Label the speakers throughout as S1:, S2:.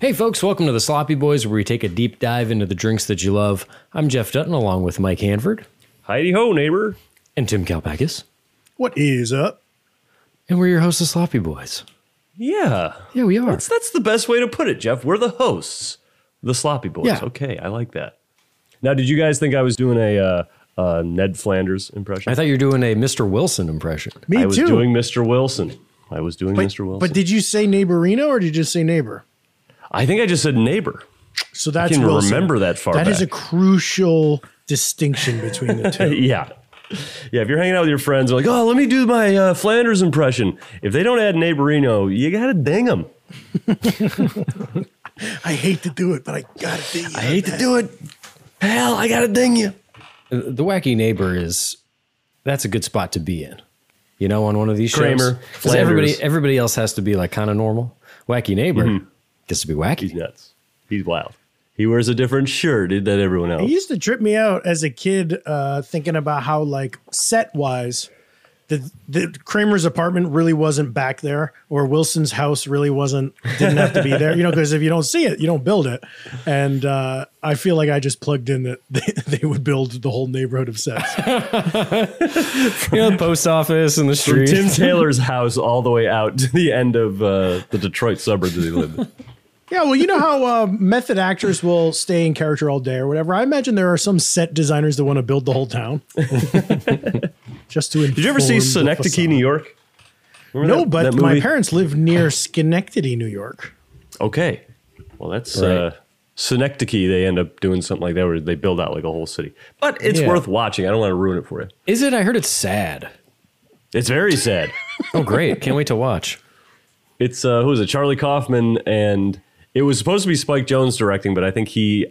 S1: Hey, folks, welcome to the Sloppy Boys, where we take a deep dive into the drinks that you love. I'm Jeff Dutton, along with Mike Hanford
S2: Heidi ho, neighbor.
S1: and Tim Kalpakis,
S3: What is up?
S1: and we're your hosts, the Sloppy Boys.
S2: Yeah.
S1: Yeah, we are.
S2: That's, that's the best way to put it, Jeff. We're the hosts, the sloppy boys.
S1: Yeah.
S2: Okay, I like that. Now, did you guys think I was doing a uh, uh, Ned Flanders impression?
S1: I thought you were doing a Mr. Wilson impression.
S3: Me
S2: I was
S3: too.
S2: doing Mr. Wilson. I was doing
S3: but,
S2: Mr. Wilson.
S3: but did you say neighborino or did you just say neighbor?
S2: I think I just said neighbor.
S3: So that's
S2: can
S3: Wilson.
S2: remember that far
S3: That is a
S2: back.
S3: crucial distinction between the two.
S2: Yeah. Yeah, if you're hanging out with your friends, they're like, oh, let me do my uh, Flanders impression. If they don't add neighborino, you got to ding them.
S3: I hate to do it, but I gotta be.
S2: I hate to do it. Hell, I got to ding you.
S1: The Wacky Neighbor is that's a good spot to be in. You know, on one of these shows,
S2: Kramer,
S1: 'Cause everybody
S2: Flanders.
S1: everybody else has to be like kind of normal. Wacky Neighbor
S2: Mm-hmm.
S1: gets to be
S2: He's
S1: wacky.
S2: nuts. He's wild. He wears a different shirt than everyone else.
S3: It used to trip me out as a kid, uh, thinking about how like set wise, the the Kramer's apartment really wasn't back there, or Wilson's house really wasn't didn't have to be there. You know, because if you don't see it, you don't build it. And uh, I feel like I just plugged in that they, they would build the whole neighborhood of sets.
S1: You know, the post office and the
S2: from
S1: street.
S2: Tim Taylor's house all the way out to the end of uh, the Detroit suburbs that he lived in.
S3: Yeah, well, you know how uh, method actors will stay in character all day or whatever. I imagine there are some set designers that want to build the whole town. Just to
S2: Did you ever see Schenectady, New York? Remember
S3: No,
S2: that-
S3: but
S2: that
S3: my
S2: movie?
S3: parents live near Schenectady, New York.
S2: Okay. Well, that's
S1: Right.
S2: uh, Synecdoche. They end up doing something like that where they build out like a whole city. But it's
S1: Yeah.
S2: worth watching. I don't want to ruin it for you.
S1: Is it? I heard it's sad.
S2: It's very sad.
S1: Oh, great! Can't wait to watch.
S2: It's uh, who was it? Charlie Kaufman, and it was supposed to be Spike Jones directing, but I think he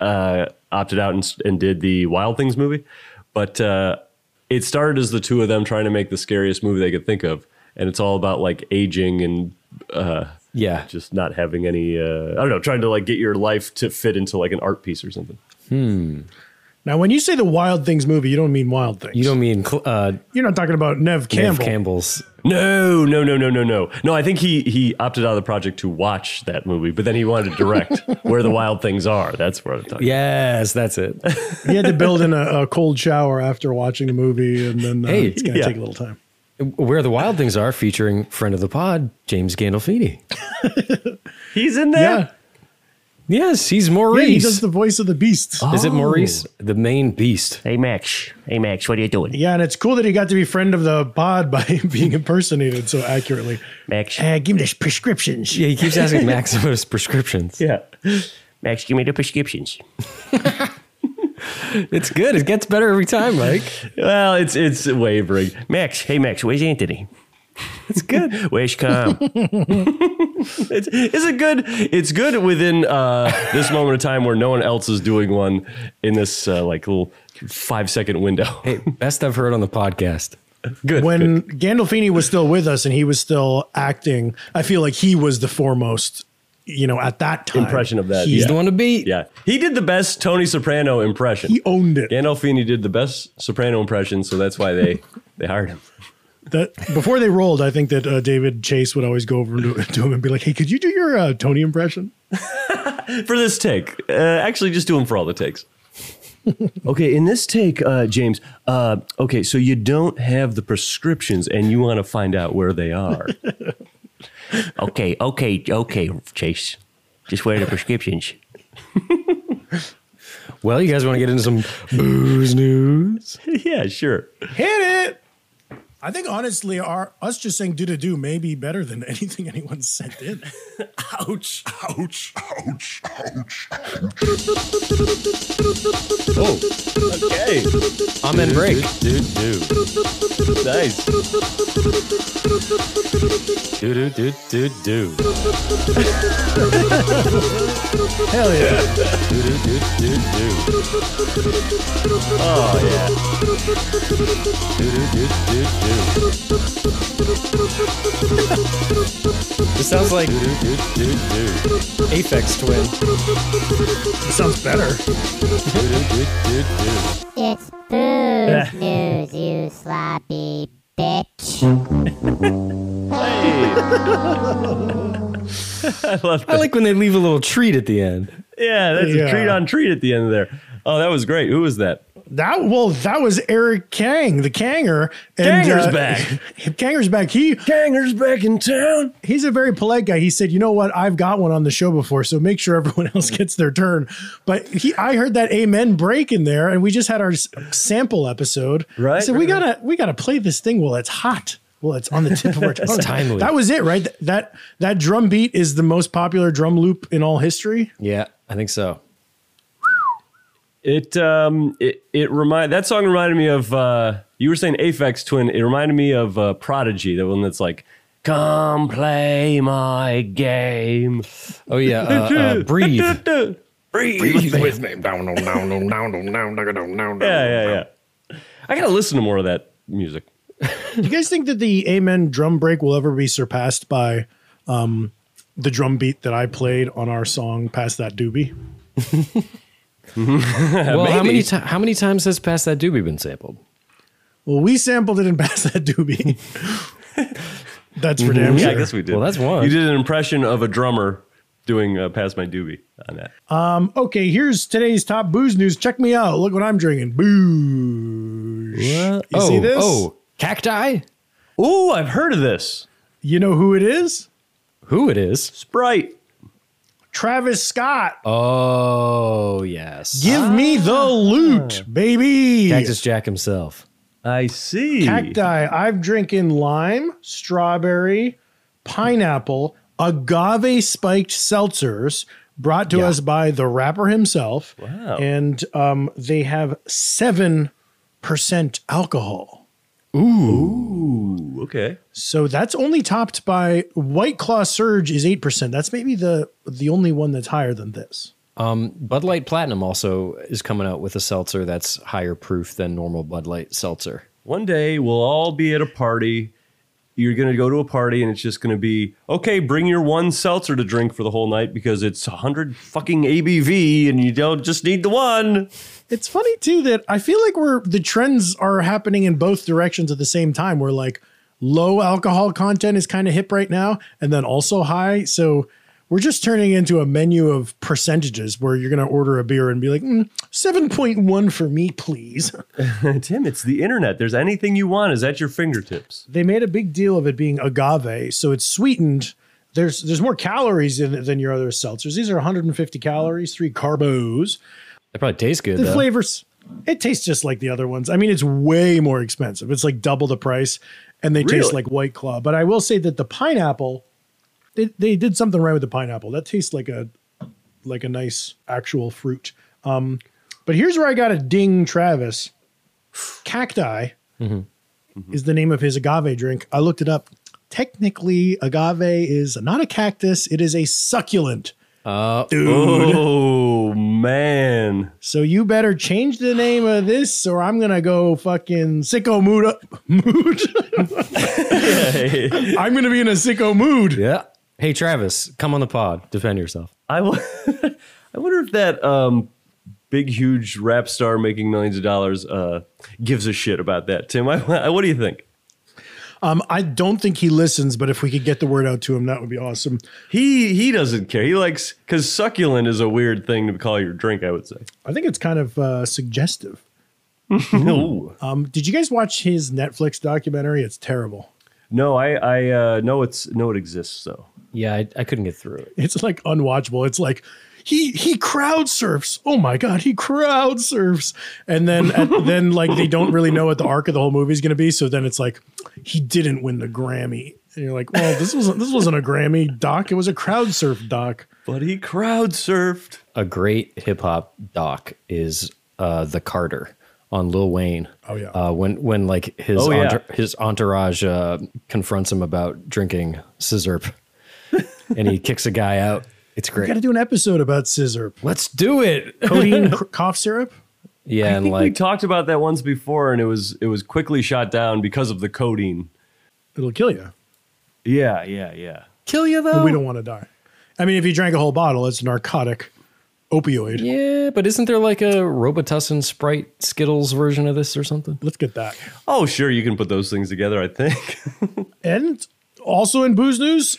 S2: uh, opted out and, and did the Wild Things movie. But uh, it started as the two of them trying to make the scariest movie they could think of, and it's all about like aging and uh,
S1: Yeah,
S2: just not having any. Uh, I don't know, trying to like get your life to fit into like an art piece or something.
S3: Now, when you say the Wild Things movie, you don't mean Wild Things.
S1: you don't mean cl- uh,
S3: You're not talking about Nev Campbell.
S1: Nev Campbell's
S2: No, no, no, no, no, no, no. I think he he opted out of the project to watch that movie, but then he wanted to direct where the Wild Things are. That's what I'm talking.
S1: Yes, that's it.
S3: He had to build in a, a cold shower after watching the movie, and then uh,
S1: Hey,
S3: it's going to
S2: yeah.
S3: take a little time.
S1: Where the Wild Things Are featuring friend of the pod, James Gandolfini.
S2: He's in
S3: Yeah,
S2: there.
S3: yeah,
S1: Yes, he's Maurice.
S3: he does the voice of the beast.
S2: Oh.
S1: Is it Maurice? The main beast.
S4: Hey Max, hey Max, what are you doing?
S3: Yeah, and it's cool that he got to be friend of the pod by being impersonated so accurately.
S4: Max,
S3: Uh, give me those prescriptions.
S1: Yeah, he keeps asking Max about his prescriptions.
S2: Yeah.
S4: Max, give me the prescriptions.
S1: It's good. It gets better every time, Mike.
S2: Well, it's it's wavering.
S4: Max, hey Max, where's Anthony?
S2: It's good.
S4: Where's Cam?
S2: it's is it good? It's good within uh, this moment of time where no one else is doing one in this uh, like little five second window.
S1: Hey, best I've heard on the podcast.
S2: Good.
S3: When Gandolfini was still with us and he was still acting, I feel like he was the foremost, you know, at that time.
S2: Impression of that,
S1: He's
S2: yeah.
S1: the one to beat.
S2: yeah, he did the best Tony Soprano impression.
S3: He owned it.
S2: Gandolfini did the best Soprano impression, so that's why they they hired him.
S3: That before they rolled, I think that uh, David Chase would always go over to, to him and be like, "Hey, could you do your uh, Tony impression?"
S2: for this take. Uh, actually, just do them for all the takes. okay, in this take, uh, James. Uh, okay, so you don't have the prescriptions, and you want to find out where they are.
S4: Okay, okay, okay, Chase. Just wear the prescriptions.
S1: Well, you guys want to get into some booze news?
S2: yeah, sure.
S3: Hit it. I think honestly, our us just saying do to do may be better than anything anyone sent in.
S2: Ouch! Ouch! Ouch! Ouch! oh, okay.
S1: I'm in break.
S5: Do do
S2: Nice.
S5: do do do do do
S3: Hell yeah.
S5: do do do do do.
S2: Oh yeah.
S5: Do do do do do.
S1: This sounds like
S5: Do do do do.
S1: Aphex Twin.
S3: It sounds better.
S5: Do do do do do.
S6: It's booze news, you sloppy bitch.
S1: I like when they leave a little treat at the end.
S2: Yeah, that's
S3: Yeah.
S2: a treat on treat at the end there. Oh, that was great. Who was that?
S3: That well, that was Eric Kang, the Kanger. And, uh,
S2: Kanger's back.
S3: Kanger's back. He
S2: Ganger's back in town.
S3: he's a very polite guy. He said, "You know what? I've got one on the show before, so make sure everyone else gets their turn." But he, I heard that amen break in there, and we just had our s- sample episode.
S2: Right,
S3: I said we gotta we gotta play this thing while it's hot. Well, it's on the tip of our tongue.
S1: timely.
S3: That was it, right? Th- That that drum beat is the most popular drum loop in all history.
S1: Yeah, I think so.
S2: It um it it remind that song reminded me of uh you were saying Aphex Twin. It reminded me of uh, Prodigy, the one that's like, "Come play my game."
S1: Oh yeah, uh, uh, breathe.
S2: Breathe.
S7: with me. Down, down, down, down, down, down, down, down, down, down.
S2: Yeah, yeah, yeah. I gotta listen to more of that music.
S3: Do you guys think that the amen drum break will ever be surpassed by um, the drum beat that I played on our song "Pass That Doobie"?
S1: well, how
S2: maybe.
S1: many ti- how many times has "Pass That Doobie" been sampled?
S3: Well, we sampled it in Pass That Doobie. That's for damn sure.
S2: Yeah, I guess we did.
S1: Well, that's one.
S2: You did an impression of a drummer doing uh, "Pass My Doobie" on that.
S3: okay, here's today's top booze news. Check me out. Look what I'm drinking. Booze. You
S1: oh,
S3: see this?
S1: oh, cacti.
S2: Oh, I've heard of this
S3: You know who it is?
S1: Who it is?
S2: Sprite.
S3: Travis Scott.
S1: Oh yes,
S3: Give me the loot, Ah. baby.
S1: Cactus Jack himself.
S2: I see.
S3: Cacti. I'm drinking lime, strawberry, pineapple, agave spiked seltzers brought to
S1: Yeah.
S3: us by the rapper himself.
S2: Wow.
S3: And um, they have 7% alcohol.
S2: Ooh, okay.
S3: So that's only topped by White Claw Surge is 8%. That's maybe the the only one that's higher than this.
S1: Bud Light Platinum also is coming out with a seltzer that's higher proof than normal Bud Light seltzer.
S2: One day we'll all be at a party. You're going to go to a party and it's just going to be, okay, bring your one seltzer to drink for the whole night because it's 100 fucking ABV and you don't just need the one.
S3: It's funny too that I feel like we're the trends are happening in both directions at the same time. We're like low alcohol content is kind of hip right now and then also high. So we're just turning into a menu of percentages where you're going to order a beer and be like, mm, 7.1 for me, please.
S2: Tim, it's the internet. There's anything you want is at your fingertips.
S3: they made a big deal of it being agave, so it's sweetened. There's there's more calories in it than your other seltzers. These are 150 calories, three carbos.
S1: It probably tastes good
S3: The
S1: though.
S3: flavors, it tastes just like the other ones. I mean, it's way more expensive. It's like double the price, and they taste
S2: Really?
S3: like White Claw. But I will say that the pineapple, they, they did something right with the pineapple. That tastes like a like a nice actual fruit. Um, but here's where I got to ding Travis. Cacti is the name of his agave drink. I looked it up. Technically, agave is not a cactus; it is a succulent.
S2: Oh, man.
S3: So you better change the name of this, or I'm gonna go fucking sicko mood. Up, mood. I'm gonna be in a sicko mood.
S1: yeah. Hey Travis, come on the pod. Defend yourself.
S2: I wo- I wonder if that um, big, huge rap star making millions of dollars uh, gives a shit about that, Tim. I, what do you think?
S3: Um, I don't think he listens, but if we could get the word out to him, that would be awesome.
S2: He he doesn't care. He likes because succulent is a weird thing to call your drink. I would say.
S3: I think it's kind of uh, suggestive.
S2: Ooh.
S3: Um, did you guys watch his Netflix documentary? It's terrible.
S2: No, I I uh, know it's know it exists though.
S1: Yeah, I, I couldn't get through it.
S3: It's like unwatchable. It's like he he crowd surfs. Oh my god, he crowd surfs. And then at, then like they don't really know what the arc of the whole movie is going to be. So then it's like he didn't win the Grammy. And you're like, well, this wasn't this wasn't a Grammy doc. It was a crowd surf doc.
S2: But he crowd surfed.
S1: A great hip hop doc is uh, the Carter on Lil Wayne.
S3: Oh, yeah.
S1: Uh, when when like his
S2: Oh, yeah.
S1: entour- his entourage uh, confronts him about drinking scissorp, and he kicks a guy out. It's
S3: We got to
S1: great.
S3: do an episode about scissor
S1: Let's do it.
S3: codeine c- cough syrup.
S1: Yeah,
S2: I
S1: and
S2: think we
S1: like
S2: talked about that once before, and it was it was quickly shot down because of the codeine.
S3: It'll kill you.
S2: Yeah, yeah, yeah.
S1: kill you
S3: But
S1: though.
S3: we don't want to die. I mean, if you drank a whole bottle, it's a narcotic, opioid.
S1: yeah, but isn't there like a Robitussin Sprite Skittles version of this or something?
S3: Let's get that.
S2: Oh, sure, you can put those things together. I think.
S3: And also in booze news,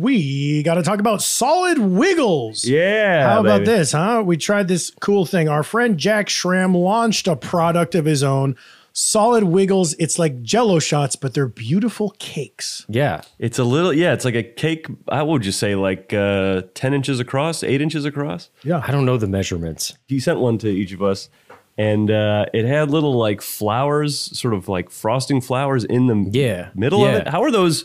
S3: we got to talk about solid wiggles.
S2: yeah.
S3: How about
S2: baby.
S3: this, huh? We tried this cool thing. Our friend Jack Schramm launched a product of his own, Solid Wiggles. It's like jello shots, but they're beautiful cakes.
S1: Yeah,
S2: It's a little. Yeah, it's like a cake. I would you say like uh, ten inches across, eight inches across.
S1: I don't know the measurements.
S2: he sent one to each of us and uh, it had little like flowers sort of like frosting flowers in the
S1: Yeah,
S2: middle
S1: yeah.
S2: of it how are those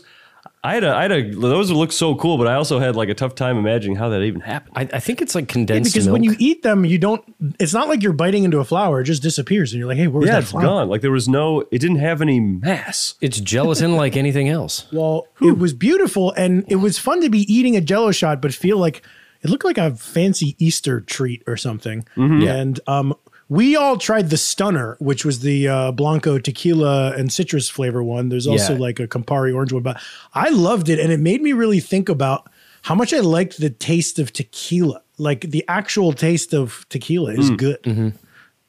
S2: I had, a, I had a, those look so cool, but I also had like a tough time imagining how that even happened.
S1: I, I think it's like condensed
S3: because
S1: milk.
S3: when you eat them, you don't. It's not like you're biting into a flower; it just disappears, and you're like, "Hey, where's
S2: yeah,
S3: that
S2: it's
S3: flower?"
S2: gone. Like there was no, it didn't have any mass.
S1: it's gelatin like anything else.
S3: Well, it was beautiful, and it was fun to be eating a jello shot, but feel like it looked like a fancy Easter treat or something. And um, we all tried the Stunner, which was the uh, Blanco tequila and citrus flavor one. There's also
S1: Yeah.
S3: like a Campari orange one, but I loved it, and it made me really think about how much I liked the taste of tequila. Like the actual taste of tequila is good,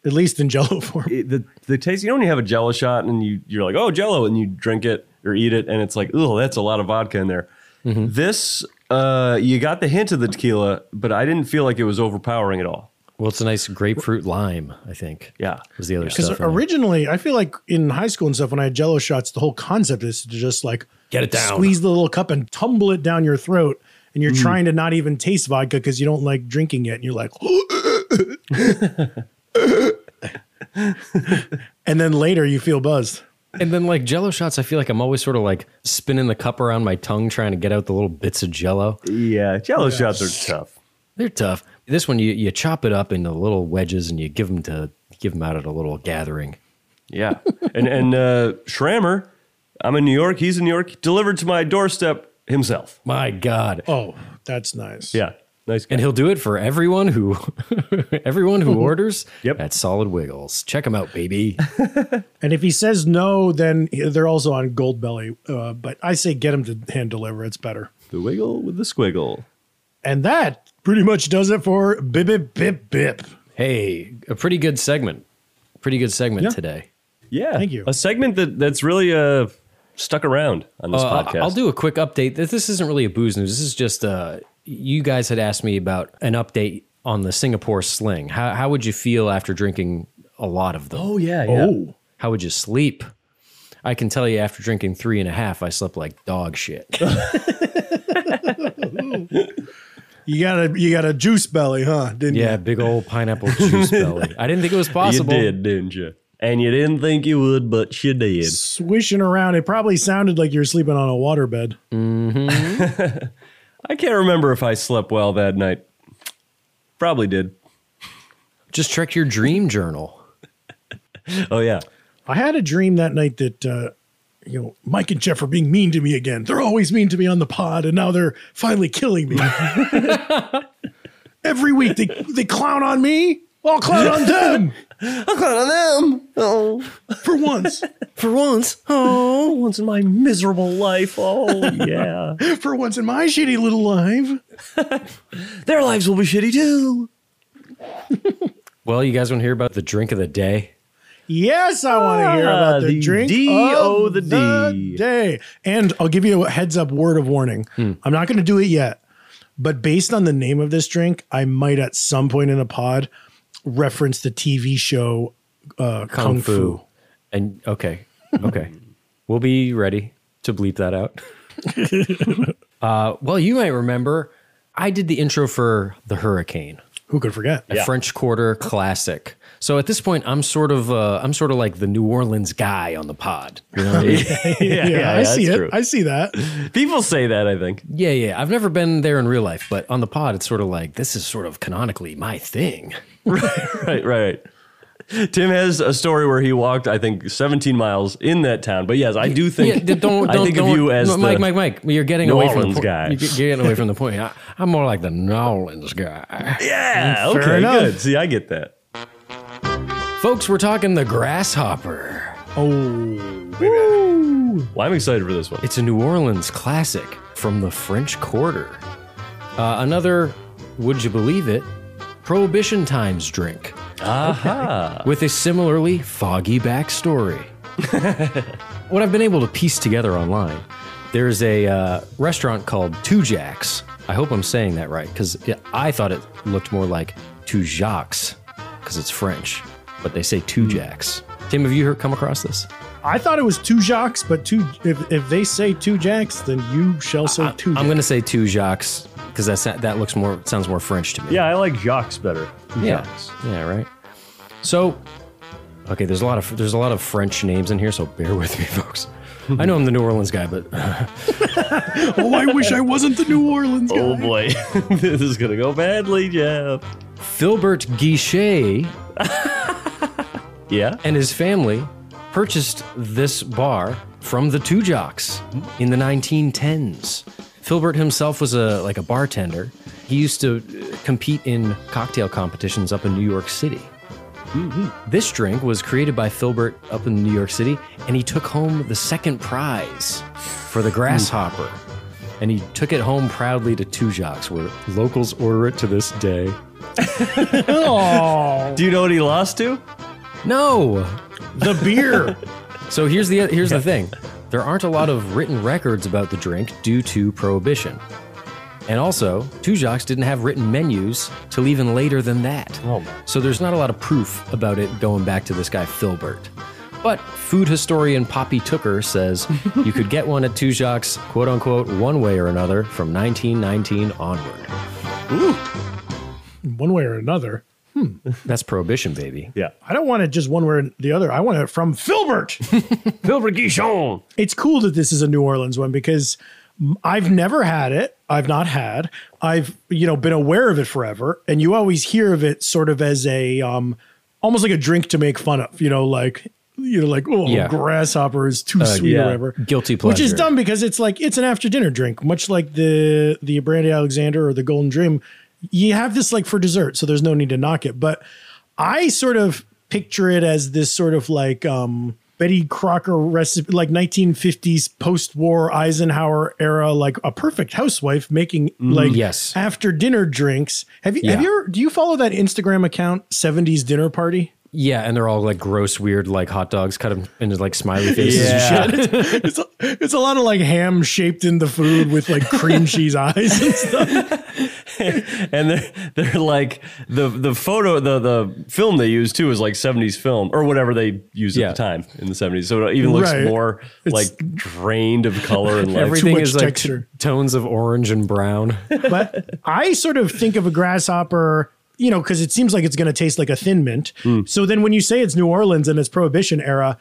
S3: at least in jello form.
S2: It- the, the taste, you know, when you have a jello shot and you, you're like, oh, jello, and you drink it or eat it, and it's like, oh, that's a lot of vodka in there.
S1: Mm-hmm.
S2: This, uh, you got the hint of the tequila, but I didn't feel like it was overpowering at all.
S1: Well, it's a nice grapefruit lime, I think.
S2: Yeah.
S1: was the other
S3: Because
S1: stuff. in it.
S3: originally, I feel like in high school and stuff, when I had Jello shots, the whole concept is to just like
S1: Get it down. Mm.
S3: squeeze the little cup and tumble it down your throat, and you're trying to not even taste vodka because you don't like drinking it, and you're like, and then later you feel buzzed.
S1: And then like jello shots, I feel like I'm always sort of like spinning the cup around my tongue trying to get out the little bits of jello.
S2: Yeah, jello shots are tough.
S1: They're tough. This one you you chop it up into little wedges and you give them to give them out at a little gathering.
S2: Yeah. and and uh Schrammer, I'm in New York, he's in New York, delivered to my doorstep himself.
S1: My god.
S3: Oh, that's nice.
S2: Yeah. Nice guy.
S1: And he'll do it for everyone who everyone who orders
S2: Yep.
S1: at Solid Wiggles. Check them out, baby.
S3: And if he says no, then they're also on Gold Belly. Uh, but I say get him to hand deliver; it's better.
S2: the wiggle with the squiggle.
S3: And that pretty much does it for bip bip bip bip.
S1: hey, a pretty good segment. Pretty good segment
S3: Yeah.
S1: today.
S2: Yeah.
S3: Thank you.
S2: A segment that that's really uh stuck around on this
S1: Uh,
S2: podcast.
S1: I'll do a quick update. This, this isn't really a booze news. This is just uh, you guys had asked me about an update on the Singapore Sling. How how would you feel after drinking a lot of them?
S2: Oh yeah, yeah.
S3: Oh.
S1: How would you sleep? I can tell you after drinking three and a half, I slept like dog shit.
S3: You got a you got a juice belly, huh? Didn't
S1: yeah,
S3: you?
S1: big old pineapple juice belly. I didn't think it was possible.
S2: You did, didn't you? And you didn't think you would, but you did.
S3: Swishing around. It probably sounded like you were sleeping on a waterbed.
S2: I can't remember if I slept well that night. Probably did.
S1: Just check your dream journal.
S2: Oh yeah.
S3: I had a dream that night that uh, you know Mike and Jeff are being mean to me again. They're always mean to me on the pod, and now they're finally killing me. Every week they they clown on me. I'll clown on them
S2: I got on them. Oh.
S3: for once.
S1: For once,
S2: Oh, once in my miserable life. Oh yeah.
S3: For once in my shitty little life.
S2: Their lives will be shitty too.
S1: well, you guys want to hear about the drink of the day?
S3: Yes, I want to hear
S2: Ah,
S3: about the,
S2: the
S3: drink
S2: D
S3: of
S2: O the D.
S3: day. And I'll give you a heads up word of warning.
S2: Hmm.
S3: I'm not going to do it yet, but based on the name of this drink, I might at some point in a pod reference the TV show uh, Kung,
S1: Kung,
S3: Fu.
S1: Fu. And okay, okay, we'll be ready to bleep that out. uh, well, you might remember I did the intro for the Hurricane,
S3: Who could forget?
S1: a French Quarter classic. So at this point, I'm sort of uh, I'm sort of like the New Orleans guy on the pod. You know what I mean?
S2: yeah,
S3: I see
S2: that's
S3: it.
S2: true.
S3: I see that.
S2: People say that, I think.
S1: yeah, yeah. I've never been there in real life, but on the pod, it's sort of like this is sort of canonically my thing.
S2: Right, right, right. Tim has a story where he walked, I think, 17 miles in that town. But yes, I do
S1: Yeah,
S2: think
S1: d- don't,
S2: I
S1: don't-
S2: think
S1: don't-
S2: of you as
S1: no,
S2: the,
S1: Mike, Mike, Mike. You're getting
S2: New
S1: away from
S2: Orleans
S1: the point.
S2: guy.
S1: You're get- getting away from the point. I, I'm more like the New Orleans guy.
S2: Yeah,
S3: Fair
S2: Ah, okay,
S3: enough.
S2: good. See, I get that.
S1: Folks, we're talking the grasshopper.
S2: Well, I'm excited for this one.
S1: It's a New Orleans classic from the French Quarter. Uh, another, would you believe it, Prohibition Times drink
S2: Aha.
S1: with a similarly foggy backstory. what I've been able to piece together online, there's a uh, restaurant called Two Jacks. I hope I'm saying that right because I thought it looked more like Two Jacques because it's French, but they say Two Jacks. Tim, have you heard, come across this?
S3: I thought it was two jocks, but two. If, if they say two jacks, then you shall say two.
S1: I'm going to say two Jacques because that that looks more sounds more French to me.
S2: Yeah, I like Jacques better.
S1: yeah, yeah, right. So, okay, there's a lot of there's a lot of French names in here, so bear with me, folks. I know I'm the New Orleans guy, but
S3: jacks. oh, I wish I wasn't the New Orleans guy.
S2: Oh boy, this is gonna go badly, Jeff.
S1: Philbert Guichet
S2: Yeah.
S1: and his family purchased this bar from the Two Jocks in the 1910s. Philbert himself was a like a bartender. He used to uh, compete in cocktail competitions up in New York City. This drink was created by Philbert up in New York City, and he took home the second prize for the grasshopper. And he took it home proudly to Two Jocks, where locals order it to this day.
S2: Do you know what he lost to?
S1: No,
S3: The beer.
S1: So here's the here's the thing. There aren't a lot of written records about the drink due to prohibition. And also, Tujax didn't have written menus till even later than that.
S3: Oh
S1: So there's not a lot of proof about it going back to this guy Philbert. But food historian Poppy Tooker says you could get one at Tujax, quote unquote, one way or another from 1919 onward.
S3: one way or another.
S1: That's prohibition, baby.
S2: Yeah.
S3: I don't want it just one way or the other. I want it from Filbert.
S2: Philbert Guichon.
S3: it's cool that this is a New Orleans one because m- I've never had it. I've not had. I've you know been aware of it forever, and you always hear of it sort of as a um, almost like a drink to make fun of. You know, like you know, like oh,
S1: Yeah. Uh,
S3: grasshopper is too sweet
S2: yeah.
S3: or whatever.
S1: Guilty
S3: Which is
S1: pleasure.
S3: dumb because it's like it's an after dinner drink, much like the the Brandy Alexander or the Golden Dream. You have this like for dessert, so there's no need to knock it. But I sort of picture it as this sort of like um Betty Crocker recipe, like 1950s post-war Eisenhower era, like a perfect housewife making like
S1: yes.
S3: after dinner drinks. Have you have
S1: Mm-hmm. Yeah.
S3: you ever, do you follow that Instagram account 70s dinner party?
S1: Yeah, and they're all like gross, weird, like hot dogs cut 'em into like smiley faces and shit.
S2: Yeah.
S3: It's a, it's a lot of like ham shaped in the food with like cream cheese eyes and stuff.
S2: and they're they're like the the photo the the film they use too is like 70s film or whatever they used
S1: Yeah.
S2: at the time in the 70s. So it even looks
S3: Right.
S2: more
S3: It's-
S2: like drained of color and like
S1: Everything
S3: much
S1: is like
S3: texture.
S1: t- tones of orange and brown.
S3: but I sort of think of a grasshopper, you know, because it seems like it's going to taste like a thin mint. So then when you say it's New Orleans and it's Prohibition era,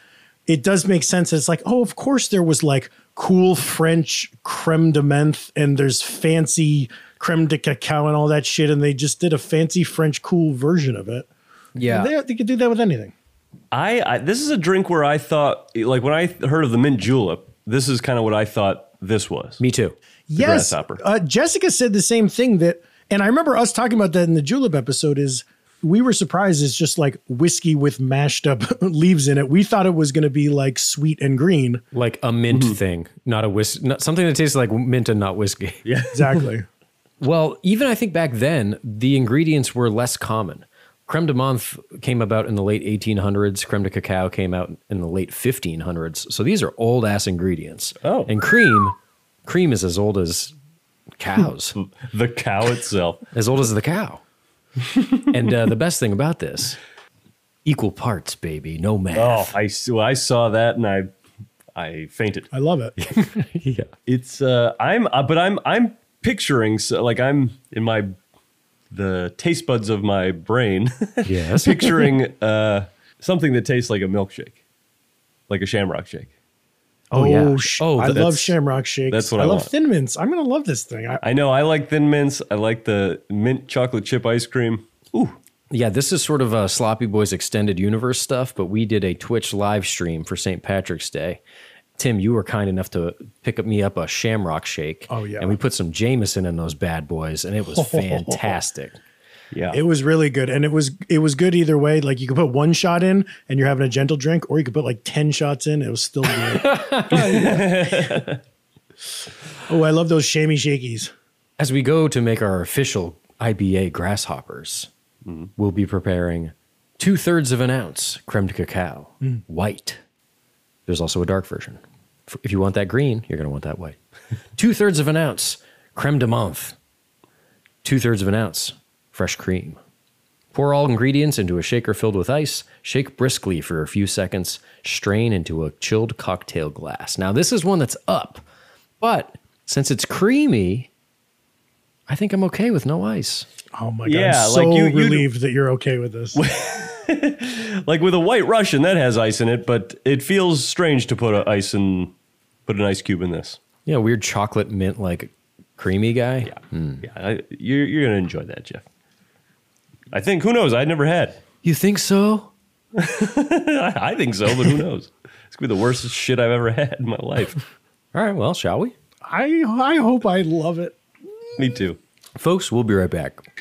S3: it does make sense. It's like, oh, of course there was like cool French creme de menthe and there's fancy creme de cacao and all that shit. And they just did a fancy French cool version of it.
S1: yeah.
S3: They, they could do that with anything.
S2: I, I this is a drink where I thought like when I heard of the mint julep, this is kind of what I thought this was.
S1: Me too.
S3: yes,
S2: grasshopper.
S3: Uh, Jessica said the same thing that, and I remember us talking about that in the julep episode. Is we were surprised it's just like whiskey with mashed up leaves in it. We thought it was going to be like sweet and green.
S1: Like a mint thing, not a whis not something that tastes like mint and not whiskey.
S3: Exactly.
S1: Well, even I think back then the ingredients were less common. creme de menthe came about in the late 1800s. Creme de cacao came out in the late 1500s. So these are old ass ingredients. Oh, and cream, cream is as old as cows.
S2: the cow itself,
S1: as old as the cow. and uh, the best thing about this, equal parts, baby, no
S2: Oh,
S1: math.
S2: I s- well, I saw that and I I fainted.
S3: I love it.
S2: yeah, it's uh, I'm uh, but I'm I'm picturing so like I'm in my the taste buds of my brain.
S1: Yes.
S2: picturing uh, something that tastes like a milkshake, like a Shamrock shake. Oh, yeah.
S3: sh-
S2: Oh,
S3: I
S2: that's-
S3: love Shamrock Shake.
S2: that's what I
S3: love.
S2: want.
S3: Thin Mints. I'm gonna love this thing. I,
S2: I know I like Thin Mints. I like the mint chocolate chip ice cream.
S1: Yeah, this is sort of a Sloppy Boys extended universe stuff, but we did a Twitch live stream for St. Patrick's Day. Tim, you were kind enough to pick up me up a Shamrock Shake.
S3: Oh, yeah.
S1: and we put some Jameson in those bad boys, and it was fantastic.
S2: Yeah,
S3: It was really good, and it was it was good either way. Like you could put one shot in, and you're having a gentle drink, or you could put like ten shots in. It was still good. oh, I love those shammy shakies.
S1: As we go to make our official IBA grasshoppers, we'll be preparing two thirds of an ounce creme de cacao, white. There's also a dark version. F- If you want that green, you're going to want that white. two thirds of an ounce creme de menthe, two thirds of an ounce fresh cream. Pour all ingredients into a shaker filled with ice, shake briskly for a few seconds, strain into a chilled cocktail glass. Now, this is one that's up, but since it's creamy, I think I'm okay with no ice.
S3: Oh my god!
S2: Yeah,
S3: I'm so
S2: like you- you-
S3: relieved that you're okay with this.
S2: Like with a White Russian that has ice in it, but it feels strange to put a ice in, put an ice cube in this.
S1: Yeah, weird chocolate mint like creamy guy. Yeah.
S2: Yeah, I, you're you're gonna enjoy that, Jeff. I think. Who knows? I never had.
S1: You think so?
S2: I, I think so, but who knows? It's gonna be the worst shit I've ever had in my life.
S1: All right, well, shall we?
S3: I I hope I love it.
S2: Me too.
S1: Folks, we'll be right back.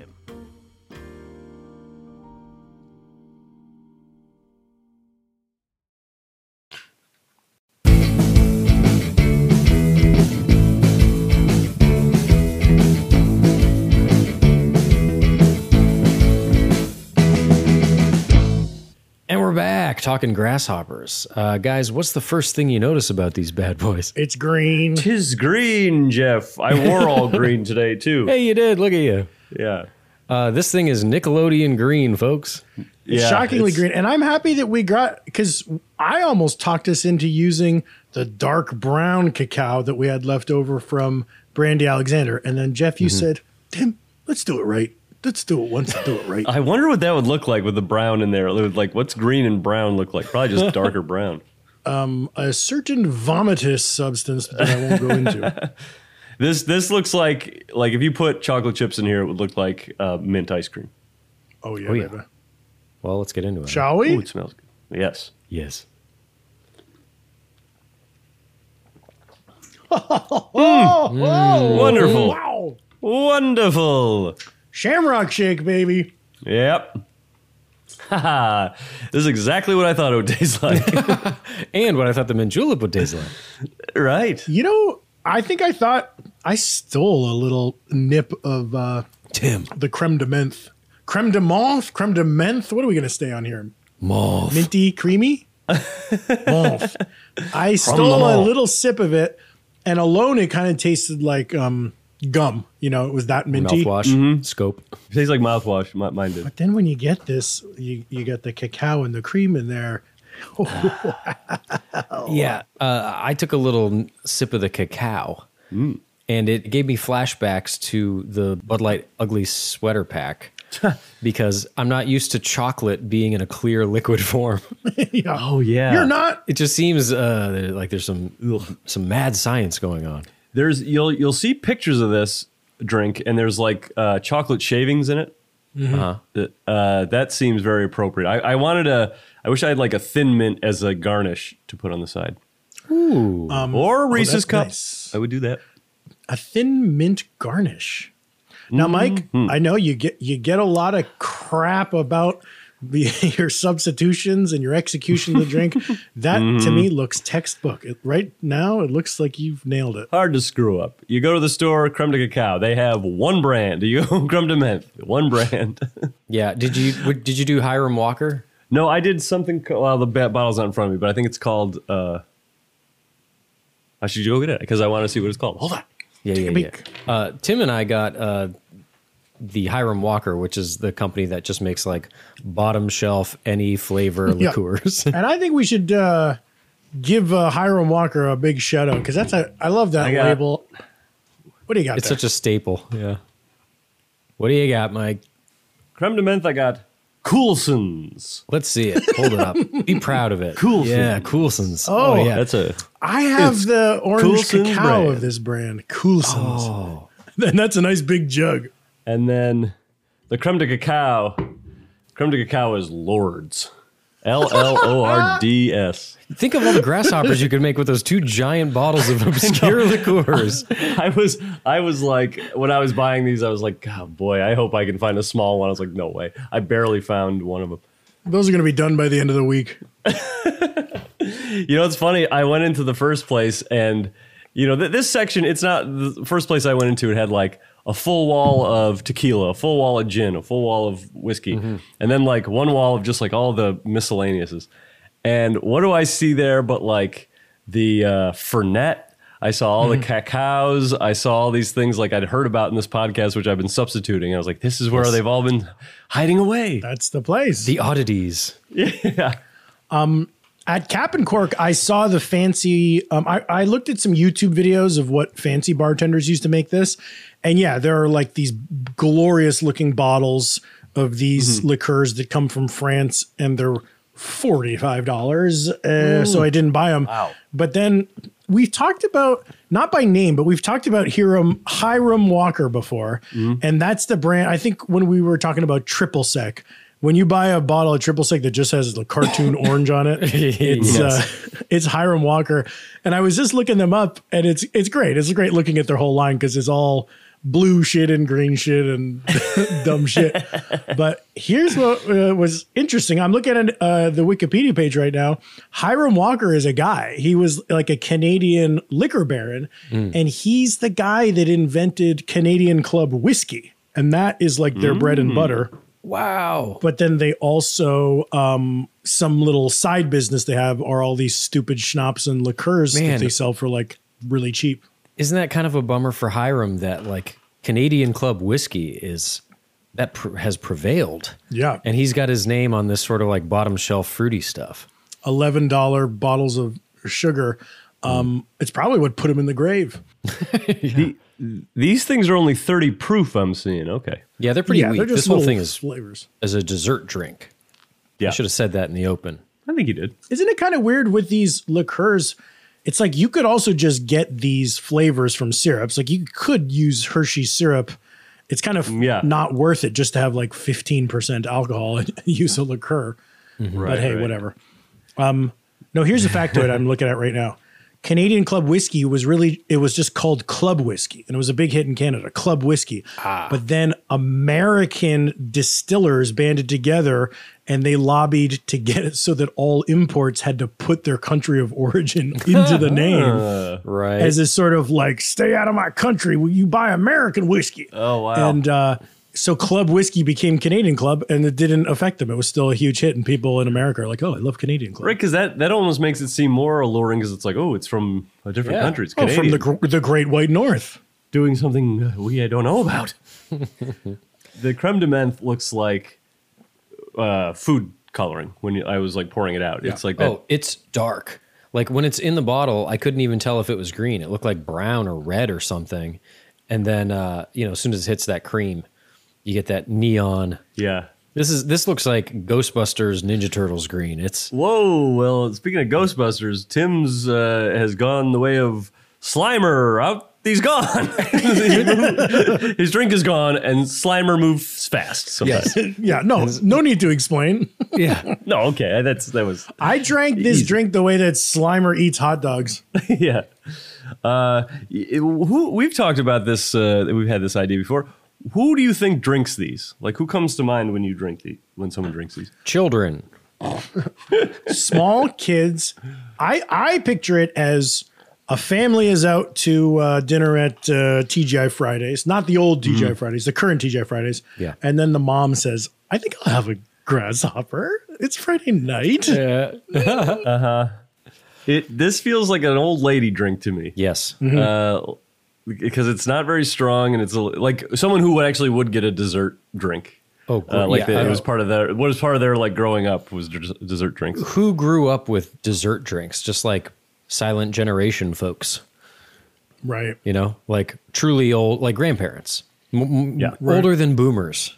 S1: And we're back talking grasshoppers. Uh, guys, what's the first thing you notice about these bad boys?
S3: It's green.
S2: Tis green, Jeff. I wore all green today, too.
S1: Hey, you did. Look at you.
S2: Yeah.
S1: Uh, this thing is Nickelodeon green, folks.
S3: It's shockingly green. And I'm happy that we got because I almost talked us into using the dark brown cacao that we had left over from Brandy Alexander. And then Jeff, you
S2: Mhm.
S3: said, Tim, let's do it right. Let's do it once and do it right.
S2: I wonder what that would look like with the brown in there. It would, Like, what's green and brown look like? Probably just darker brown.
S3: Um, a certain vomitous substance that I won't go into.
S2: This this looks like like if you put chocolate chips in here, it would look like uh, mint ice cream.
S3: Oh yeah,
S1: Oh, yeah.
S3: baby.
S1: Well, let's get into it.
S3: Shall we?
S2: Ooh, it smells good. Yes.
S1: Yes.
S3: Oh, oh,
S2: Wonderful.
S3: Wow.
S2: Wonderful.
S3: Shamrock shake, baby.
S2: Yep. Haha. this is exactly what I thought it would taste like.
S1: and what I thought the mint julep would taste like.
S2: Right.
S3: You know, I think I thought I stole a little nip of uh
S1: Tim.
S3: The creme de menthe. Creme de menthe? Creme de menthe? What are we gonna stay on here?
S1: Mauve.
S3: Minty creamy? menthe. I
S1: de
S3: stole a
S1: menthe.
S3: little sip of it, and alone it kind of tasted like um gum. You know, it was that minty.
S1: Mouthwash. Scope.
S2: It tastes like mouthwash. Mi- Mine did.
S3: Then when you get this, you, you get the cacao and the cream in there.
S1: Yeah. Uh, I took a little sip of the cacao and it gave me flashbacks to the Bud Light Ugly Sweater Pack because I'm not used to chocolate being in a clear liquid form.
S2: Oh yeah.
S3: You're not.
S1: It just seems uh, like there's some some mad science going on.
S2: There's you'll you'll see pictures of this drink, and there's like uh, chocolate shavings in it.
S3: Mm-hmm.
S1: Mhm. Uh-huh.
S2: That- uh, that seems very appropriate. I, I wanted a. I wish I had like a thin mint as a garnish to put on the side,
S1: Ooh.
S3: Um,
S2: or a
S3: oh,
S2: Reese's
S3: that's
S2: cup.
S3: nice.
S2: I would do that.
S3: A thin mint garnish. Now, Mike,
S1: Mm-hmm.
S3: I know you get you get a lot of crap about the, your substitutions and your execution of the drink. That to
S1: Mm-hmm.
S2: Mhm.
S3: me looks textbook. It, right now, it looks like you've nailed it.
S2: Hard to screw up. You go to the store, creme de cacao. They have one brand. You go creme de menthe, one brand.
S1: yeah. Did you what- did you do Hiram Walker?
S2: No, I did something. co- Well, the ba- bottle's not in front of me, but I think it's called. uh I should go get it because I want to see what it's called. Hold on.
S1: Yeah, yeah, yeah. Uh, Tim and I got uh, the Hiram Walker, which is the company that just makes like bottom shelf any flavor
S3: Yeah.
S1: liqueurs.
S3: and I think we should uh, give uh, Hiram Walker a big shout out because that's a I love that
S1: I got-
S3: label. What do you got?
S1: it's
S3: there?
S1: such a staple. Yeah. What do you got, Mike?
S2: Creme de menthe. I got Coolson's.
S1: Let's see it. Hold it up. Be proud of it.
S2: Coolson's.
S1: Yeah, Coolson's.
S3: Oh,
S1: yeah.
S2: That's a
S3: I have
S1: It's
S3: the orange
S1: Coulson's
S3: cacao
S1: brand. Oh.
S3: of this brand, Coulson's. and that's a nice big jug.
S2: And then the creme de cacao. Creme de cacao is Lords. L L O R D S.
S1: Think of all the grasshoppers you could make with those two giant bottles of obscure liqueurs.
S2: I was I was like when I was buying these, I was like, God boy, I hope I can find a small one. I was like, no way. I barely found one of them.
S3: Those are going to be done by the end of the week.
S2: You know, it's funny. I went into the first place, and you know, th- this section. It's not the first place I went into. It had like a full wall of tequila, a full wall of gin, a full wall of whiskey, and then like one wall of just like all the miscellaneouses. And what do I see there? But like the uh, Fernet. I saw all the cacaos. I saw all these things like I'd heard about in this podcast, which I've been substituting. I was like, this is where
S1: Yes.
S2: they've all been hiding away.
S3: That's the place.
S1: The oddities.
S2: Yeah.
S3: Um, At Cap and Cork, I saw the fancy. Um, I, I looked at some YouTube videos of what fancy bartenders used to make this. And yeah, there are like these glorious looking bottles of these liqueurs that come from France and they're $45. Uh, so
S8: Ooh.
S3: I didn't buy them.
S8: Wow.
S3: But then we've talked about, not by name, but we've talked about Hiram, Hiram Walker before. And that's the brand. I think when we were talking about Triple Sec, when you buy a bottle of Triple Sec that just has the cartoon orange on it,
S8: Yes.
S3: it's uh, it's Hiram Walker. And I was just looking them up, and it's it's great. It's great looking at their whole line because it's all blue shit and green shit and dumb shit. But here's what uh, was interesting. I'm looking at uh, the Wikipedia page right now. Hiram Walker is a guy. He was like a Canadian liquor baron,
S8: Mm.
S3: and he's the guy that invented Canadian Club whiskey, and that is like their bread and
S8: Mm.
S3: butter.
S8: Wow.
S3: But then they also um, some little side business they have are all these stupid schnapps and liqueurs
S1: Man.
S3: that they sell for like really cheap.
S1: Isn't that kind of a bummer for Hiram that like Canadian Club whiskey is that pr- has prevailed?
S3: Yeah.
S1: And he's got his name on this sort of like bottom shelf fruity stuff.
S3: Eleven dollar bottles of sugar. Um, It's probably what put him in the grave.
S2: These things are only 30 proof, I'm seeing. Okay.
S1: Yeah, they're pretty
S3: Yeah,
S1: weak.
S3: they're just
S1: this whole
S3: little
S1: thing is
S3: flavors.
S1: as a dessert drink.
S2: Yeah.
S1: I should have said that in the open.
S2: I think you did.
S3: Isn't it kind of weird with these liqueurs? It's like you could also just get these flavors from syrups. Like you could use Hershey syrup. It's kind of
S8: Mm,
S3: not worth it just to have like 15% alcohol and use a liqueur.
S8: Right,
S1: Mm-hmm.
S3: but hey,
S8: right.
S3: whatever. Um, no, here's a factoid I'm looking at right now. Canadian Club Whiskey was really it was just called Club Whiskey, and it was a big hit in Canada, Club Whiskey. But then American distillers banded together and they lobbied to get it so that all imports had to put their country of origin into the name.
S1: right.
S3: As a sort of like, stay out of my country. Will you buy American whiskey?
S2: Oh,
S3: And uh, so Club Whiskey became Canadian Club, and it didn't affect them. It was still a huge hit, and people in America are like, "Oh, I love Canadian Club."
S2: Right, because that, that almost makes it seem more alluring because it's like, oh, it's from a different country. It's
S3: Oh,
S2: Canadian.
S3: from the gr- the Great White North.
S2: Doing something uh, we I don't know about. the creme de menthe looks like uh, food coloring when you- I was like pouring it out. It's like that.
S1: Oh, it's dark. Like when it's in the bottle, I couldn't even tell if it was green. It looked like brown or red or something. And then uh, you know, as soon as it hits that cream, you get that neon.
S2: Yeah.
S1: This is this looks like Ghostbusters Ninja Turtles green. It's
S2: Whoa! Well, speaking of Ghostbusters, Tim's uh, has gone the way of Slimer. Out, he's gone. His drink is gone, and Slimer moves fast. Sometimes.
S3: yeah, no, no need to explain.
S1: yeah.
S2: No. Okay. That's that was.
S3: I drank this drink the way that Slimer eats hot dogs.
S2: yeah. Uh, it- who we've talked about this? Uh, we've had this idea before. Who do you think drinks these? Like, who comes to mind when you drink the when someone drinks these?
S1: Children.
S3: Small kids. I I picture it as a family is out to uh, dinner at uh, TGI Fridays, not the old TGI Fridays, the current TGI Fridays.
S1: Yeah.
S3: And then the mom says, "I think I'll have a grasshopper. It's Friday night."
S1: Yeah.
S2: uh huh. It this feels like an old lady drink to me.
S1: Yes.
S2: Uh, because it's not very strong and it's a, like someone who would actually would get a dessert drink.
S1: Oh,
S2: Uh, like
S1: yeah,
S2: the-
S1: I
S2: it was
S1: know.
S2: part of their what was part of their like growing up was des- dessert drinks.
S1: Who grew up with dessert drinks, just like silent generation folks,
S3: Right.
S1: you know, like truly old, like grandparents, m- m-
S3: Yeah.
S1: older than boomers.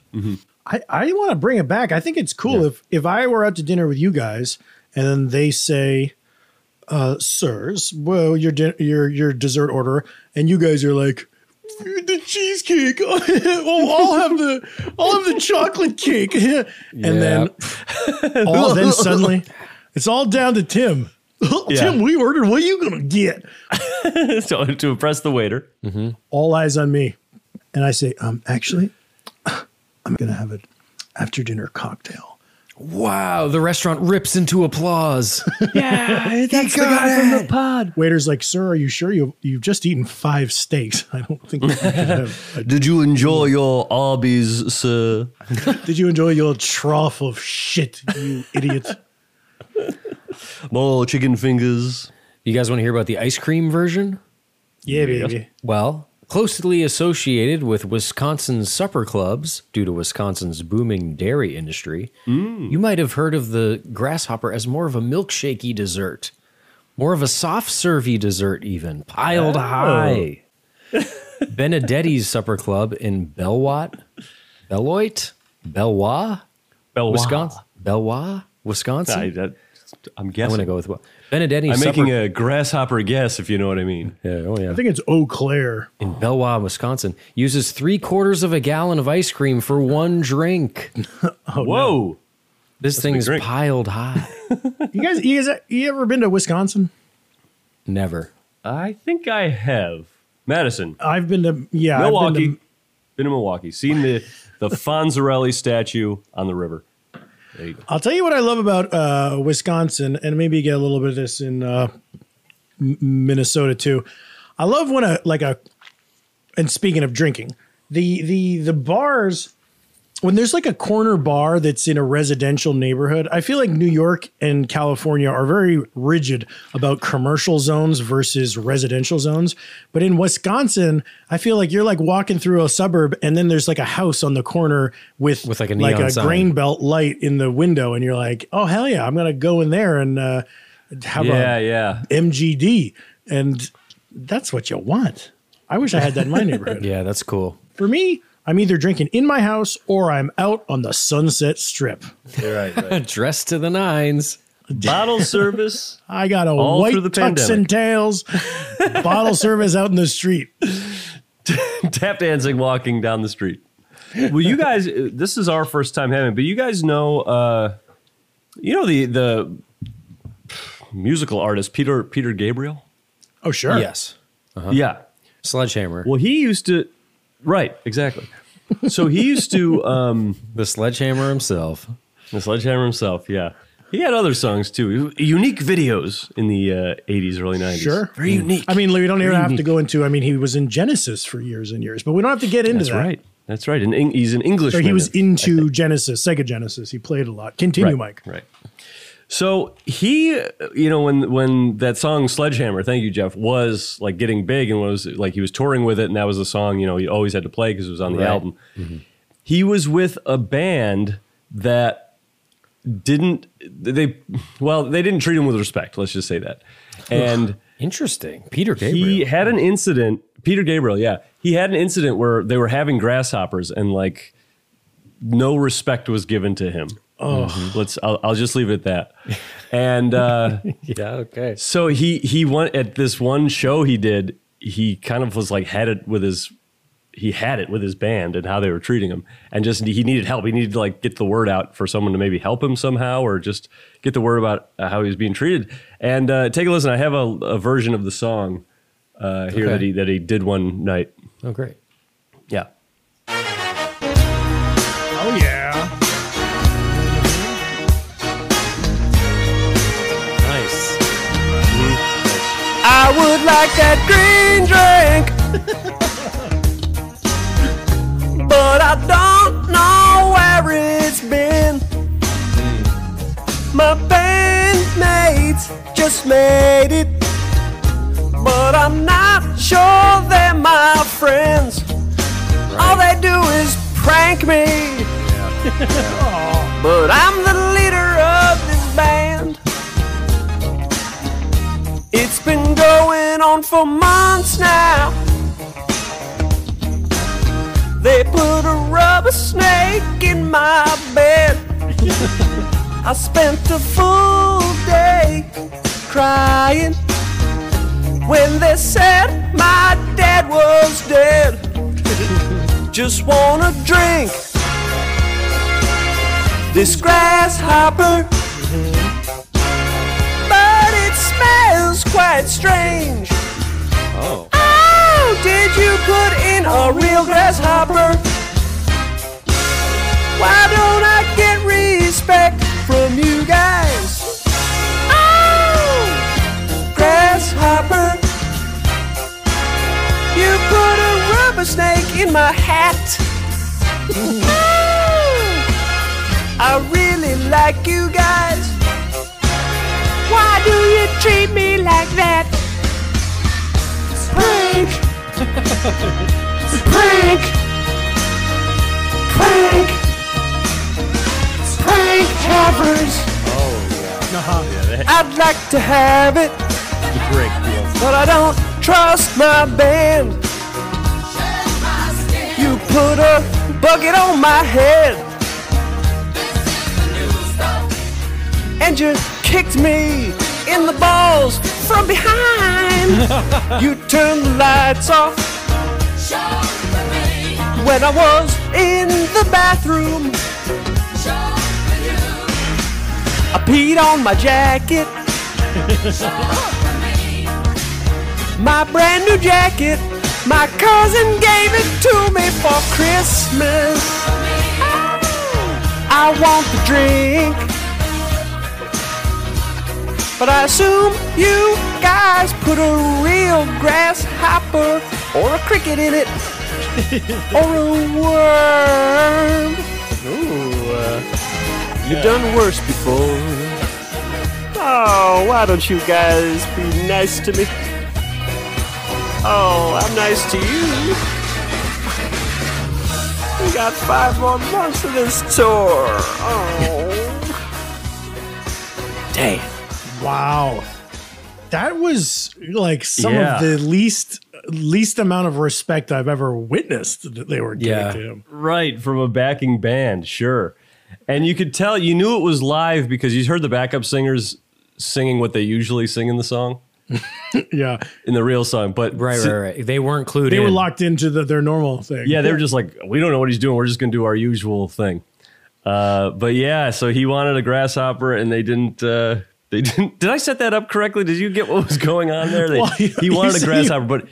S3: I, I want to bring it back. I think it's cool if if I were out to dinner with you guys and then they say, uh, "Sirs, well, your din- your your dessert order," and you guys are like, "The cheesecake. oh, I'll have the I'll have the chocolate cake," and then all then suddenly it's all down to Tim. Tim, we ordered. What are you gonna get?
S2: so to impress the waiter. Mm-hmm.
S3: all eyes on me. And I say, um, actually, I'm going to have an after dinner cocktail.
S1: Wow, the restaurant rips into applause.
S3: Yeah,
S1: that's the guy from the
S3: pod. Waiter's like, sir, are you sure you you've just eaten five steaks? I don't think. You should have a-
S2: Did you enjoy your Arby's, sir?
S3: Did you enjoy your trough of shit, you idiot?
S2: More chicken fingers.
S1: You guys want to hear about the ice cream version?
S3: Yeah, baby.
S1: Well, Closely associated with Wisconsin's supper clubs due to Wisconsin's booming dairy industry,
S2: Mm.
S1: you might have heard of the grasshopper as more of a milkshakey dessert, more of a soft servey dessert, even piled
S8: Oh.
S1: high. Benedetti's supper club in Belwat, Beloit, Belwa,
S2: Belwa.
S1: Wisconsin, Belwa, Wisconsin.
S2: I-
S1: am
S2: guessing.
S1: want to go with what Benedetti's.
S2: I'm
S1: supper
S2: making a grasshopper guess, if you know what I mean.
S1: Yeah, oh yeah.
S3: I think it's Eau Claire.
S1: in Belwa, Wisconsin, uses three quarters of a gallon of ice cream for one drink.
S3: Oh,
S2: Whoa!
S1: This thing is piled high.
S3: You guys, you guys, you ever been to Wisconsin?
S1: Never.
S2: I think I have Madison,
S3: I've been to yeah, I've been to-
S2: Milwaukee. Been to, Milwaukee. Seen the the Fonzarelli statue on the river. There you go.
S3: I'll tell you what I love about uh, Wisconsin, and maybe you get a little bit of this in uh, M- Minnesota too. I love when a like a, and speaking of drinking, the the the bars when there's like a corner bar that's in a residential neighborhood. I feel like New York and California are very rigid about commercial zones versus residential zones, but in Wisconsin, I feel like you're like walking through a suburb and then there's like a house on the corner with
S1: With like a
S3: like
S1: neon
S3: a
S1: sign.
S3: grain belt light in the window, and you're like, oh hell yeah, I'm gonna go in there and uh, have
S2: yeah,
S3: a
S2: yeah.
S3: MGD, and that's what you want. I wish I had that in my neighborhood.
S1: yeah, that's cool.
S3: For me, I'm either drinking in my house or I'm out on the Sunset Strip.
S2: Right,
S1: Dressed to the nines.
S2: Bottle service.
S3: I got a
S2: All
S3: white
S2: through the
S3: tux and
S2: pandemic.
S3: tails bottle service out in the street.
S2: tap dancing walking down the street. Well, you guys, this is our first time having, it, but you guys know, uh, you know the the musical artist Peter Peter Gabriel.
S3: Oh sure,
S1: Yes. Uh-huh.
S2: Yeah.
S1: Sledgehammer.
S2: Well, he used to, right? Exactly. So he used to um,
S1: the sledgehammer himself.
S2: The sledgehammer himself. Yeah. He had other songs too, unique videos in the uh, '80s, early '90s.
S3: Sure. Mm.
S2: very unique.
S3: I mean, we don't even
S2: Very
S3: have to
S2: unique.
S3: go into. I mean, he was in Genesis for years and years, but we don't have to get into
S2: That's
S3: that.
S2: right. That's right. And Eng- he's an Englishman.
S3: So he was into Genesis, Sega Genesis. He played a lot. Continue,
S2: right,
S3: Mike.
S2: Right. So he, uh, you know, when when that song "Sledgehammer," thank you, Jeff, was like getting big and was like he was touring with it, and that was the song you know he always had to play because it was on the
S1: Right.
S2: album.
S3: Mm-hmm.
S2: He was with a band that didn't they well they didn't treat him with respect. Let's just say that. And
S1: interesting, Peter
S2: He had an incident. Peter Gabriel, yeah, he had an incident where they were having grasshoppers and like no respect was given to him.
S1: Oh.
S2: let's. I'll, I'll just leave it at that. And uh,
S1: yeah, okay.
S2: So he he went at this one show he did. He kind of was like had it with his. He had it with his band and how they were treating him, and just he needed help. He needed to like get the word out for someone to maybe help him somehow, or just get the word about uh, how he was being treated. And uh, take a listen. I have a, a version of the song uh, here
S1: Okay.
S2: that he that he did one night.
S1: Oh, great.
S2: Yeah.
S3: Oh yeah.
S1: Nice.
S5: I would like that green drink, but I don't know where it's been. My bandmates just made it, but I'm not sure they're my friends. All they do is prank me, but I'm the leader of this band. It's been going on for months now. They put a rubber snake in my bed. I spent a full day crying when they said my dad was dead. Just wanna drink this grasshopper but it smells quite strange.
S1: Oh.
S5: Oh, did you put in a real grasshopper? Why don't I get respect from you guys? Oh, grasshopper. You put a rubber snake in my hat. Oh, I really like you guys. Why do you treat me like that? Prank! Prank! Prank! Prank havers! Uh-huh. I'd like to have it, but I don't trust my band. You put a bucket on my head, and you kicked me in the balls from behind. you turned the lights off when I was in the bathroom. I peed on my jacket. my brand new jacket. My cousin gave it to me for Christmas. I want the drink. But I assume you guys put a real grasshopper or a cricket in it. or a worm. Ooh.
S4: You've done worse before.
S5: Oh, why don't you guys be nice to me? Oh, I'm nice to you. We got five more months of this tour. Oh.
S3: Damn. Wow. That was like some
S1: Yeah.
S3: of the least least amount of respect I've ever witnessed that they were giving
S2: Yeah.
S3: to him.
S2: Right, from a backing band, sure. And you could tell you knew it was live because you heard the backup singers singing what they usually sing in the song.
S3: yeah.
S2: In the real song, but
S1: Right, right, right. They weren't clued
S3: They
S2: in.
S3: were locked into the, their normal thing.
S2: Yeah, they were just like, we don't know what he's doing. We're just going to do our usual thing. Uh, but yeah, so he wanted a grasshopper, and they didn't. Uh, they didn't. Did I set that up correctly? Did you get what was going on there? They,
S1: Well,
S2: he
S1: you
S2: wanted a
S1: see-
S2: grasshopper, but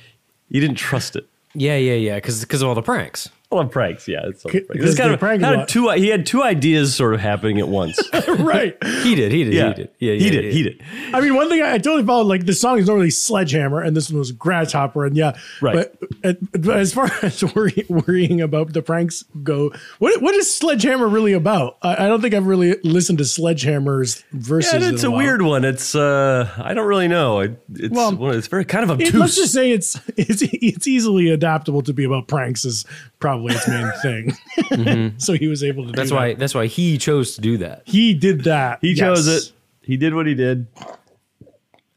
S2: he didn't trust it.
S1: Yeah, yeah, yeah. Because of all the pranks.
S2: All the pranks. Yeah, it's all
S1: C-
S2: the pranks. It's
S1: because
S2: kind
S1: they
S2: of,
S1: pranked a
S2: kind of
S1: lot.
S2: two. He had two ideas sort of happening at once.
S3: right.
S1: He did. He did.
S2: Yeah.
S1: He did. Yeah,
S2: He
S1: yeah,
S2: did,
S1: yeah.
S2: he did.
S3: I mean, one thing I, I totally followed like the song is normally Sledgehammer, and this one was Grasshopper, and yeah,
S2: Right.
S3: But, uh, but as far as worry, worrying about the pranks go, what what is Sledgehammer really about? I, I don't think I've really listened to Sledgehammer's verses.
S2: Yeah, it's
S3: in
S2: a
S3: while.
S2: weird one. It's uh, I don't really know. It, it's
S3: Well,
S2: one, it's very kind of
S3: It-
S2: obtuse.
S3: let's just say it's it's it's easily adaptable to be about pranks is probably its main thing. so he was able to.
S1: That's
S3: do
S1: why.
S3: that.
S1: That's why he chose to do that.
S3: he did that.
S2: he
S3: yes.
S2: chose it. He did what he did,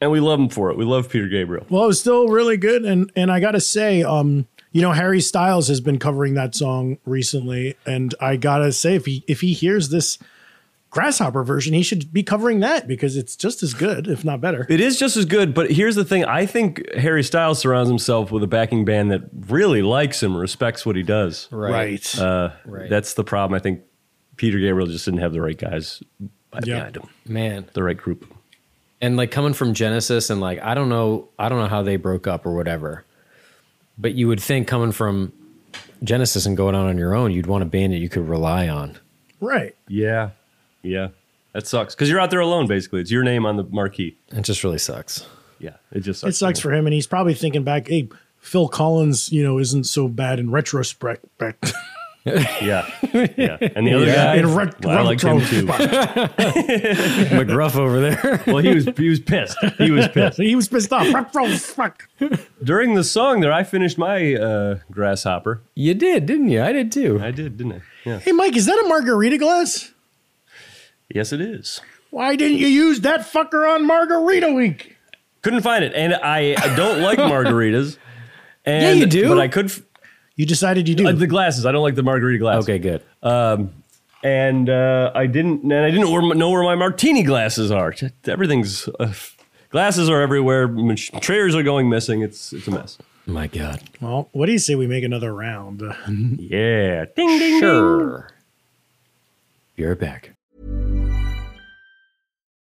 S2: and we love him for it. We love Peter Gabriel.
S3: Well, it was still really good, and and I gotta say, um, you know, Harry Styles has been covering that song recently, and I gotta say, if he if he hears this grasshopper version, he should be covering that because it's just as good, if not better.
S2: It is just as good, but here's the thing. I think Harry Styles surrounds himself with a backing band that really likes him, respects what he does.
S3: Right.
S2: Uh,
S1: Right.
S2: That's the problem. I think Peter Gabriel just didn't have the right guys behind him,
S1: Man.
S2: the right group.
S1: And like coming from Genesis, and like I don't know, I don't know how they broke up or whatever. But you would think coming from Genesis and going out on your own, you'd want a band that you could rely on.
S3: Right.
S2: Yeah. Yeah. That sucks because you're out there alone, basically. It's your name on the marquee.
S1: It just really sucks.
S2: Yeah. It just
S3: It
S2: sucks.
S3: sucks for him, and he's probably thinking back, hey, Phil Collins, you know, isn't so bad in retrospect.
S2: yeah. Yeah. And the other
S3: Yeah.
S2: guy,
S3: In rec-
S2: well, I liked him too.
S1: McGruff over there.
S2: well, he was he was pissed. He was pissed.
S3: he was pissed off. Retrospect.
S2: During the song there, I finished my uh, grasshopper.
S1: You did, didn't you? I did too.
S2: I did, didn't I? Yeah.
S3: Hey, Mike, is that a margarita glass?
S2: Yes, it is.
S3: Why didn't you use that fucker on Margarita Week?
S2: Couldn't find it, and I don't like margaritas. And,
S3: Yeah, you do.
S2: But I could. F-
S3: You decided you do.
S2: Uh, the glasses. I don't like the margarita glass.
S1: Okay, good.
S2: Um, and uh, I didn't. And I didn't where- know where my martini glasses are. Just- Everything's uh, glasses are everywhere. mach- Trays are going missing. It's it's a mess.
S1: My God.
S3: Well, what do you say we make another round?
S2: yeah. Ding ding.
S1: Sure. You're back.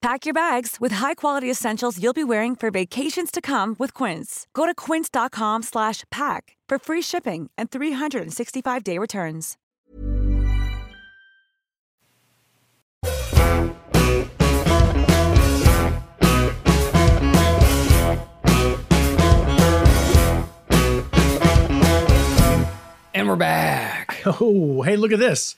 S8: Pack your bags with high-quality essentials you'll be wearing for vacations to come with Quince. Go to quince.com slash pack for free shipping and 365-day returns.
S1: And we're back.
S3: Oh, hey, look at this.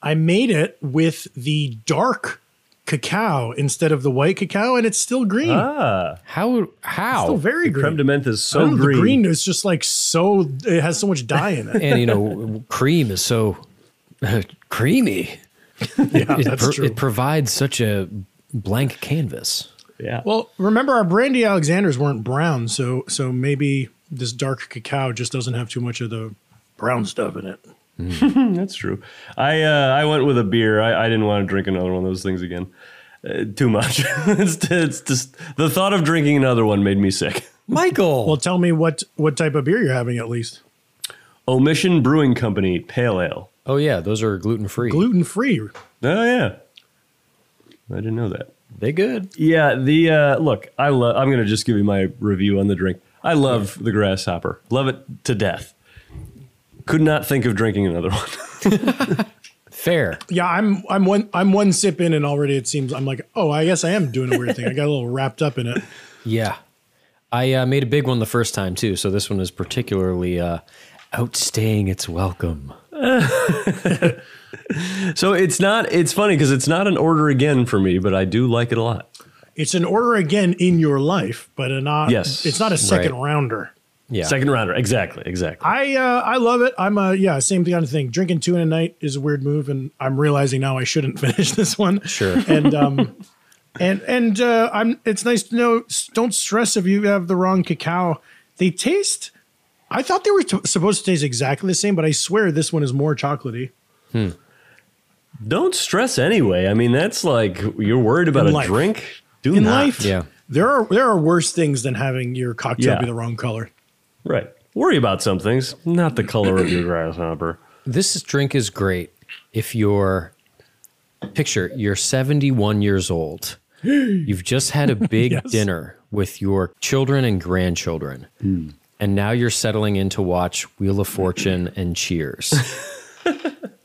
S3: I made it with the dark cacao instead of the white cacao, and it's still green.
S2: Ah.
S1: How? How?
S3: It's still very
S2: The creme
S3: green.
S2: de menthe is
S3: I
S2: so
S3: don't know,
S2: Oh, green.
S3: The green is just like so, it has so much dye in it.
S1: and you know, cream is so uh, creamy.
S3: yeah,
S1: it,
S3: that's
S1: pro-
S3: true.
S1: it provides such a blank canvas.
S2: Yeah.
S3: Well, remember our brandy Alexanders weren't brown, so so maybe this dark cacao just doesn't have too much of the brown stuff in it.
S2: That's true. I uh, I went with a beer. I, I didn't want to drink another one of those things again. Uh, too much. it's, it's just the thought of drinking another one made me sick.
S1: Michael.
S3: Well, tell me what what type of beer you're having at least.
S2: Omission Brewing Company Pale Ale.
S1: Oh yeah, those are gluten free.
S3: Gluten free.
S2: Oh yeah. I didn't know that.
S1: They good.
S2: Yeah, the uh, look, I love I'm going to just give you my review on the drink. I love the grasshopper. Love it to death. Could not think of drinking another one.
S1: Fair.
S3: Yeah, I'm I'm one I'm one sip in, and already it seems I'm like, oh, I guess I am doing a weird thing. I got a little wrapped up in it.
S1: Yeah, I uh, made a big one the first time too, so this one is particularly uh, outstaying its welcome.
S2: so it's not it's funny cuz it's not an order again for me, but I do like it a lot.
S3: It's an order again in your life, but a not.
S2: Yes,
S3: it's not a second
S2: right.
S3: rounder.
S1: Yeah.
S2: Second rounder. Exactly, exactly.
S3: I uh, I love it. I'm a yeah same kind of thing. Drinking two in a night is a weird move, and I'm realizing now I shouldn't finish this one.
S1: Sure.
S3: And um, and and uh, I'm. It's nice to know. s- Don't stress if you have the wrong cacao. They taste. I thought they were t- supposed to taste exactly the same, but I swear this one is more chocolatey.
S2: Don't stress anyway. I mean, that's like you're worried about
S3: In
S2: a
S3: life.
S2: drink. Do
S3: in
S2: not.
S3: life, there are there are worse things than having your cocktail
S2: Yeah.
S3: be the wrong color.
S2: Right. Worry about some things, not the color of your grasshopper.
S1: This is- drink is great if you're picture you're 71 years old. You've just had a big
S9: Yes.
S1: dinner with your children and grandchildren. And now you're settling in to watch Wheel of Fortune and Cheers.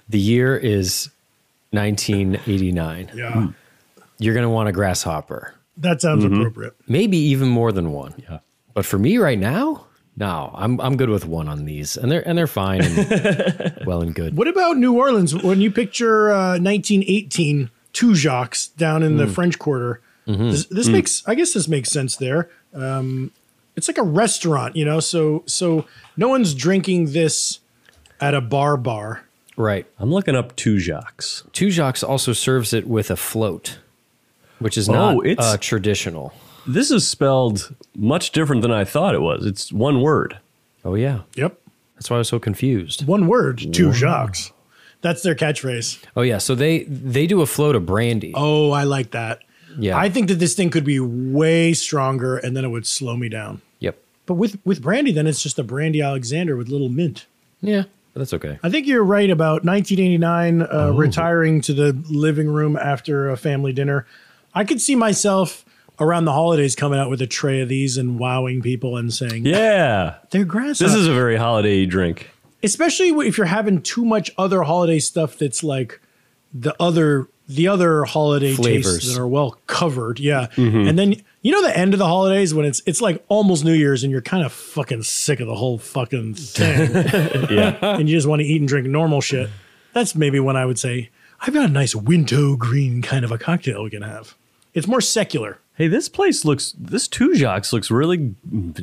S1: the year is 1989.
S3: Yeah.
S1: You're going to want a grasshopper.
S3: That sounds
S1: Mhm.
S3: appropriate.
S1: Maybe even more than one. Yeah. But for me right now, no, I'm I'm good with one on these, and they're and they're fine, and well and good.
S3: What about New Orleans? When you picture uh, 1918 two Jacques down in the
S1: Mm.
S3: French Quarter,
S1: Mhm.
S3: this, this
S1: Mm.
S3: makes I guess this makes sense there. Um, it's like a restaurant, you know. So so no one's drinking this at a bar bar.
S1: Right.
S2: I'm looking up two jocks.
S1: Two jocks also serves it with a float, which is
S2: Oh,
S1: not
S2: it's-
S1: uh, traditional.
S2: This is spelled much different than I thought it was. It's one word.
S1: Oh yeah.
S3: Yep.
S1: That's why I was so confused.
S3: One word, two
S1: Wow.
S3: Jacques. That's their catchphrase.
S1: Oh yeah. So they they do a float of brandy.
S3: Oh, I like that.
S1: Yeah.
S3: I think that this thing could be way stronger, and then it would slow me down.
S1: Yep.
S3: But with with brandy, then it's just a brandy Alexander with little mint.
S1: Yeah. But that's okay.
S3: I think you're right about 1989 uh,
S2: Oh.
S3: retiring to the living room after a family dinner. I could see myself around the holidays coming out with a tray of these and wowing people and saying,
S2: Yeah.
S3: They're grass.
S2: This is a very holiday drink.
S3: especially if you're having too much other holiday stuff that's like the other the other holiday tastes
S1: Flavors.
S3: that are well covered. Yeah.
S1: Mhm.
S3: And then you know the end of the holidays when it's it's like almost New Year's and you're kind of fucking sick of the whole fucking thing.
S2: Yeah.
S3: and you just want to eat and drink normal shit. That's maybe when I would say, I've got a nice winter green kind of a cocktail we can have. It's more secular.
S2: Hey, this place looks, this two jocks looks really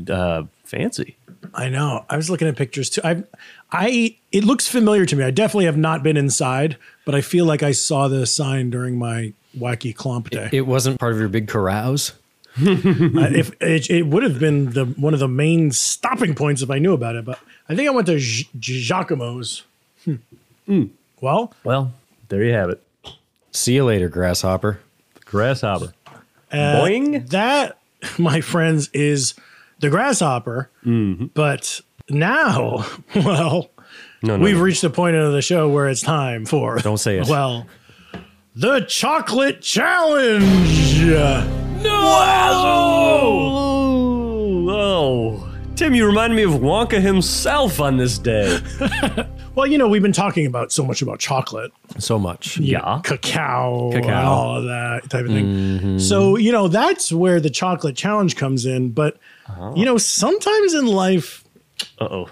S2: uh, fancy.
S3: I know. I was looking at pictures too. I, I, it looks familiar to me. I definitely have not been inside, but I feel like I saw the sign during my wacky clomp day.
S1: It wasn't part of your big carouse.
S3: Uh, if it, it would have been the one of the main stopping points if I knew about it, but I think I went to Gi- Giacomo's. Hmm. Well,
S2: well, there you have it.
S1: See you later, grasshopper.
S2: Grasshopper.
S3: Uh, That, my friends, is the grasshopper.
S2: Mm-hmm.
S3: But now, well,
S2: No,
S3: we've reached the point of the show where it's time for. Don't say
S2: it.
S3: Well, the chocolate challenge.
S2: No! Oh, Tim, you remind me of Wonka himself on this day.
S3: Well, you know, we've been talking about so much about chocolate,
S1: So much.
S3: you know, cacao, and
S1: Cacao.
S3: all of that type of thing.
S2: Mm-hmm.
S3: So, you know, that's where the chocolate challenge comes in. But,
S2: Oh.
S3: you know, sometimes in life,
S2: uh oh,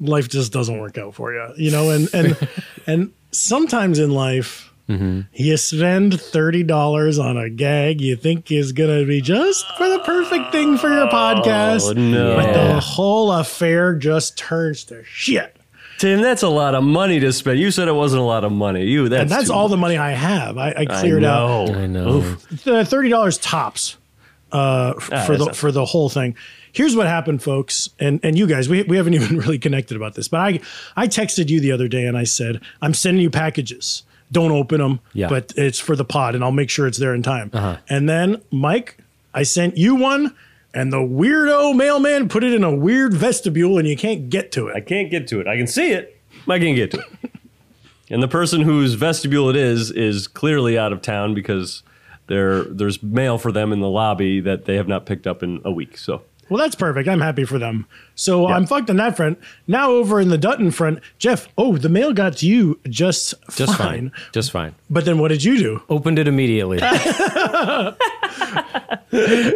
S3: life just doesn't work out for you, you know, and, and, and sometimes in life,
S2: Mm-hmm.
S3: you spend $30 on a gag you think is going to be just for the perfect thing for your podcast.
S2: Oh, no.
S3: But the whole affair just turns to shit.
S2: Tim, that's a lot of money to spend. You said it wasn't a lot of money. You, that's
S3: and that's
S2: too
S3: all the
S2: much.
S3: money I have. I, I cleared out.
S2: know. I know.
S3: the thirty dollars tops uh, f-
S2: Ah,
S3: for the
S2: that's-
S3: for the whole thing. Here's what happened, folks, and and you guys. We we haven't even really connected about this, but I I texted you the other day and I said I'm sending you packages. Don't open them,
S1: Yeah.
S3: but it's for the pod, and I'll make sure it's there in time.
S2: Uh-huh.
S3: And then Mike, I sent you one. And the weirdo mailman put it in a weird vestibule, and you can't get to it. I
S2: can't get to it. I can see it. I can get to it. and the person whose vestibule it is is clearly out of town because there there's mail for them in the lobby that they have not picked up in a week. So
S3: Well, that's perfect. I'm happy for them. So I'm fucked on that front. Now over in the Dutton front, Jeff. Oh, the mail got to you just,
S1: Just
S3: fine.
S1: fine. Just fine.
S3: But then what did you do?
S2: Oh.
S1: Opened it immediately.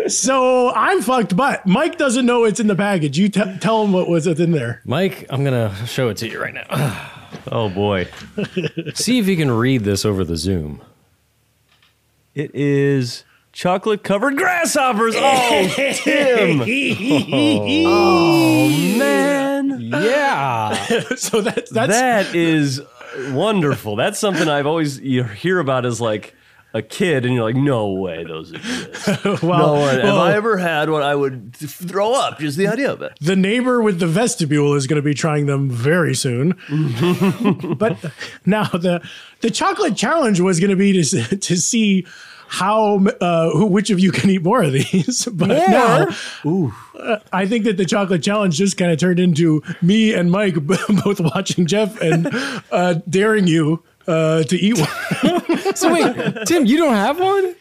S3: so I'm fucked. But Mike doesn't know it's in the package. You te- tell him what was in there.
S1: Mike, I'm going to show it to you right now.
S2: oh, boy.
S1: See if you can read this over the Zoom.
S2: It is chocolate covered grasshoppers. Oh, Tim. oh man. Yeah.
S3: so that that's
S2: that is wonderful. That's something I've always you hear about as like a kid, and you're like, no way, those exist.
S3: well,
S2: no one,
S3: well,
S2: have I ever had one? I would th- throw up just the idea of it.
S3: the neighbor with the vestibule is going to be trying them very soon. but now the the chocolate challenge was going to be to s- to see how uh, who which of you can eat more of these. But
S5: More?
S3: now, uh, I think that the chocolate challenge just kind of turned into me and Mike b- both watching Jeff and uh, daring you uh, to eat one.
S1: so wait, Tim, you don't have one.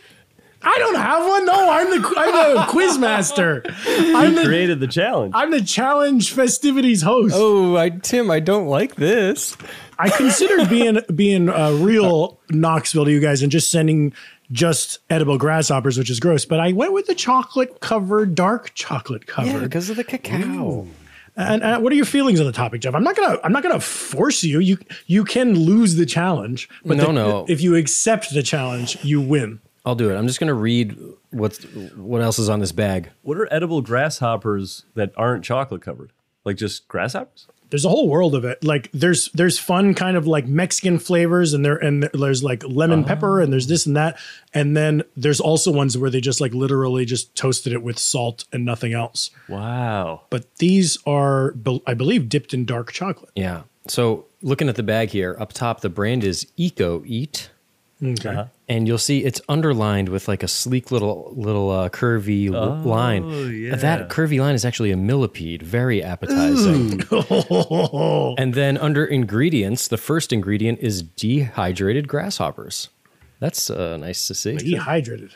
S3: I don't have one. No, I'm the I'm the quiz master. I'm the
S2: created the challenge.
S3: I'm the challenge festivities host.
S1: Oh, I, Tim, I don't like this.
S3: I considered being being a real Knoxville to you guys and just sending just edible grasshoppers, which is gross. But I went with the chocolate covered, dark chocolate covered,
S1: because of the cacao.
S3: And, and what are your feelings on the topic, Jeff? I'm not gonna I'm not gonna force you. You you can lose the challenge, but
S1: No,
S3: the-
S1: no.
S3: if you accept the challenge, you win.
S1: I'll do it. I'm just going to read what's what else is on this bag.
S2: What are edible grasshoppers that aren't chocolate covered? Like just grasshoppers?
S3: There's a whole world of it. Like there's there's fun kind of like Mexican flavors, and there and there's like lemon pepper, and there's this and that, and then there's also ones where they just like literally just toasted it with salt and nothing else.
S2: Wow.
S3: But these are, be- I believe, dipped in dark chocolate.
S1: Yeah. So looking at the bag here, up top the brand is Eco Eat,
S3: Okay.
S1: and you'll see it's underlined with like a sleek little little uh, curvy l-
S3: Oh,
S1: line.
S3: yeah.
S1: That curvy line is actually a millipede. Very appetizing. and then under ingredients, the first ingredient is dehydrated grasshoppers. That's uh, nice to see.
S3: Dehydrated.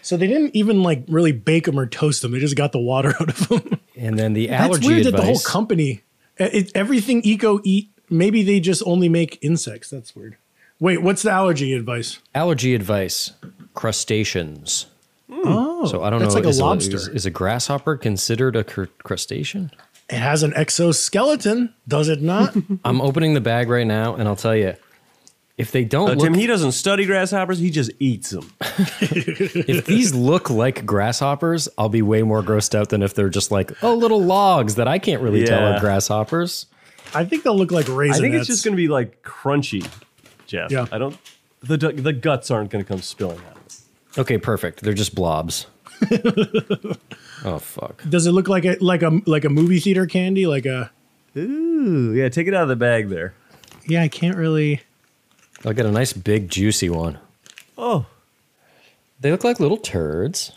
S3: So they didn't even like really bake them or toast them. They just got the water out of them.
S1: And then the
S3: That's
S1: allergy
S3: weird
S1: advice.
S3: that the whole company, it, everything Eco Eat, maybe they just only make insects. That's weird. Wait, what's the allergy advice?
S1: allergy advice: crustaceans.
S3: Oh,
S1: so I don't
S3: that's
S1: know.
S3: like a
S1: is
S3: lobster.
S1: is, is a grasshopper considered a cr- crustacean?
S3: It has an exoskeleton, does it not?
S1: I'm opening the bag right now, and I'll tell you if they don't.
S2: Uh,
S1: look,
S2: Tim, he doesn't study grasshoppers. He just eats them.
S1: if these look like grasshoppers, I'll be way more grossed out than if they're just like oh little logs that I can't really tell
S2: Yeah.
S1: are grasshoppers.
S3: I think they'll look like raisins.
S2: I think it's just going to be like crunchy, Jeff.
S1: Yeah.
S2: I don't. The du- the guts aren't going to come spilling out.
S1: Okay, perfect. They're just blobs. oh fuck.
S3: Does it look like a like a like a movie theater candy? Like a
S2: Ooh, yeah. Take it out of the bag there.
S3: yeah. I can't really.
S1: I'll get a nice big juicy one. Oh. They look like little turds.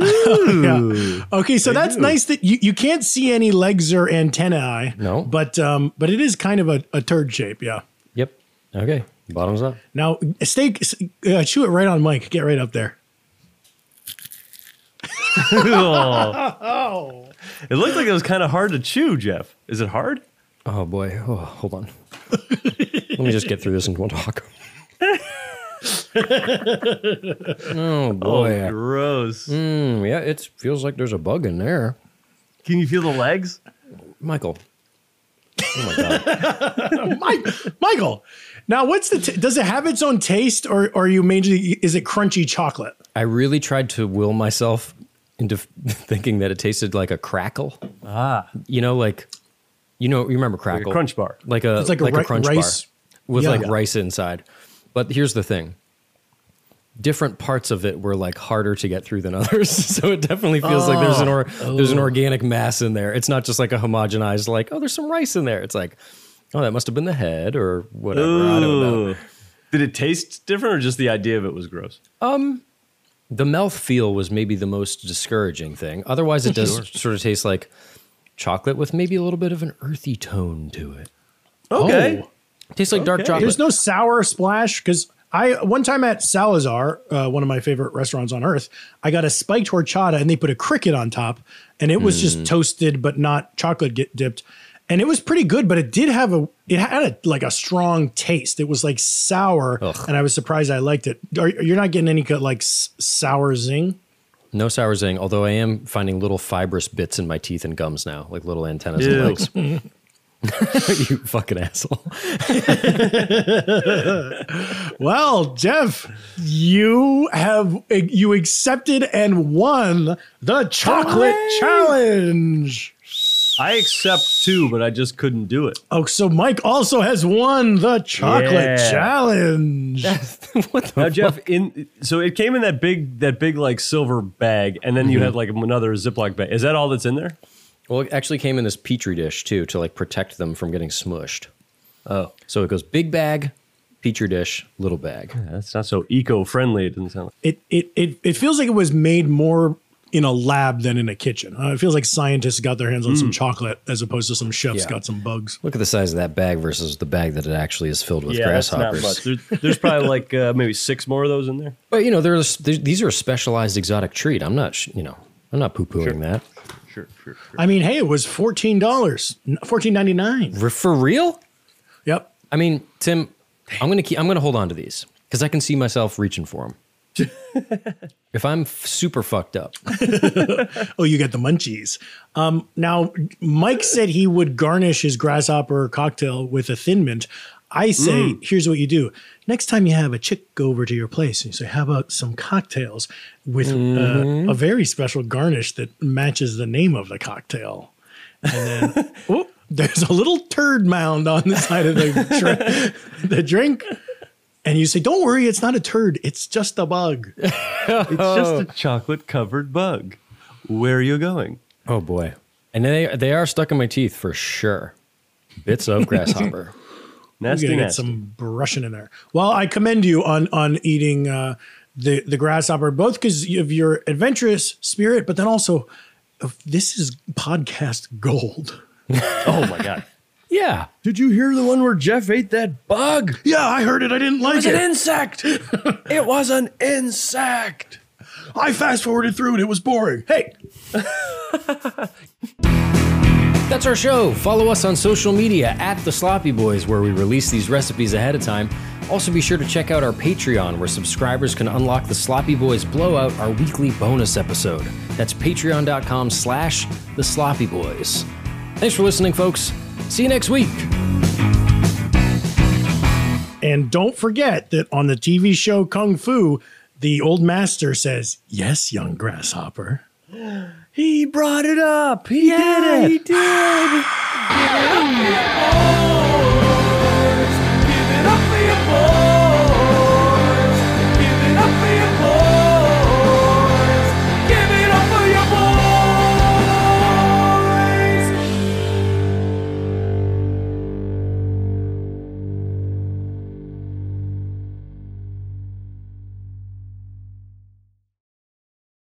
S3: Yeah. Okay, so that's nice that you, you can't see any legs or antennae.
S1: No.
S3: But um, but it is kind of a, a turd shape, yeah.
S1: Yep. Okay. Bottoms up.
S3: Now stay uh, chew it right on Mike. Get right up there.
S2: oh. It looked like it was kind of hard to chew, Jeff. Is it hard?
S1: Oh boy. Oh, hold on. Let me just get through this and we'll talk. Oh boy.
S2: gross.
S1: Mm, yeah, it feels like there's a bug in there.
S2: Can you feel the legs?
S1: Michael. Oh my
S3: Mike, Michael. Now, what's the t- does it have its own taste or or are you majorly is it crunchy chocolate?
S1: I really tried to will myself into f- thinking that it tasted like a crackle.
S2: Ah,
S1: you know, like you know, you remember crackle,
S2: crunch bar.
S1: like a
S2: It's
S1: like
S2: like
S1: a,
S2: a ri-
S1: crunch
S2: rice-
S1: bar with
S2: Yeah.
S1: like rice inside. But here's the thing: different parts of it were like harder to get through than others, so it definitely feels like there's an or,
S9: Oh.
S1: there's an organic mass in there. It's not just like a homogenized like oh, there's some rice in there. It's like oh, that must have been the head or whatever. I don't know.
S2: Ooh. Did it taste different or just the idea of it was gross?
S1: Um, the mouth feel was maybe the most discouraging thing. Otherwise, it does
S2: Sure.
S1: sort of taste like chocolate with maybe a little bit of an earthy tone to it.
S3: Okay.
S1: Tastes like dark chocolate.
S3: There's no sour splash because I one time at Salazar, uh, one of my favorite restaurants on earth, I got a spiked horchata and they put a cricket on top, and it was just
S9: Mm.
S3: toasted but not chocolate get dipped, and it was pretty good, but it did have a it had a, like a strong taste. It was like sour, and I was surprised I liked it. Are, you're not getting any good, like s- sour zing.
S1: No sour zing, although I am finding little fibrous bits in my teeth and gums now, like little antennas
S3: Ew.
S1: and legs. you fucking asshole.
S3: Well, Jeff, you have you accepted and won the chocolate challenge.
S2: I accept two, but I just couldn't do it.
S3: Oh, so Mike also has won the chocolate
S2: Yeah.
S3: challenge.
S2: now, Jeff, in so it came in that big that big like silver bag, and then you
S1: Mhm.
S2: had like another Ziploc bag. Is that all that's in there?
S1: Well, it actually came in this petri dish too to like protect them from getting smushed.
S2: Oh.
S1: So it goes big bag, petri dish, little bag.
S2: that's not so eco friendly, it doesn't sound like.
S3: It, it it it feels like it was made more in a lab than in a kitchen. Uh, it feels like scientists got their hands on some
S1: Mm.
S3: chocolate as opposed to some chefs
S1: Yeah.
S3: got some bugs.
S1: Look at the size of that bag versus the bag that it actually is filled with
S2: yeah, that's not
S1: grasshoppers.
S2: much. There's, there's probably like uh, maybe six more of those in there.
S1: But you know, there's, there's these are a specialized exotic treat. I'm not, sh- you know, I'm not poo pooing that.
S2: Sure, sure.
S3: I mean, hey, it was fourteen dollars, fourteen ninety nine.
S1: Re- For real?
S3: Yep.
S1: I mean, Tim, I'm gonna keep. I'm gonna hold on to these because I can see myself reaching for them. if I'm f- super fucked up,
S3: oh, you get the munchies. Um, now, Mike said he would garnish his grasshopper cocktail with a thin mint. I say,
S9: Mm.
S3: here's what you do. Next time you have a chick go over to your place, and you say, how about some cocktails with
S9: Mhm.
S3: uh, a very special garnish that matches the name of the cocktail? And then, oh, there's a little turd mound on the side of the, dr- the drink. And you say, don't worry, it's not a turd. It's just a bug.
S2: It's just a chocolate covered bug. Where are you going?
S1: Oh boy, and they they are stuck in my teeth for sure. Bits of grasshopper.
S3: We're gonna get some brushing in there. Well, I commend you on on eating uh, the the grasshopper, both because of your adventurous spirit, but then also of- this is podcast gold.
S2: oh my god!
S1: Yeah.
S9: Did you hear the one where Jeff ate that bug?
S3: Yeah, I heard it. I didn't like
S9: was
S3: it.
S9: An insect. it was an insect.
S3: I fast forwarded through and it was boring. Hey,
S1: That's our show. Follow us on social media at The Sloppy Boys, where we release these recipes ahead of time. Also, be sure to check out our Patreon, where subscribers can unlock The Sloppy Boys Blowout, our weekly bonus episode. That's patreon.com slash The Sloppy Boys. Thanks for listening, folks. See you next week.
S3: and don't forget that on the TV show Kung Fu, the old master says, "Yes, young grasshopper."
S9: He brought it up. He did it. He did.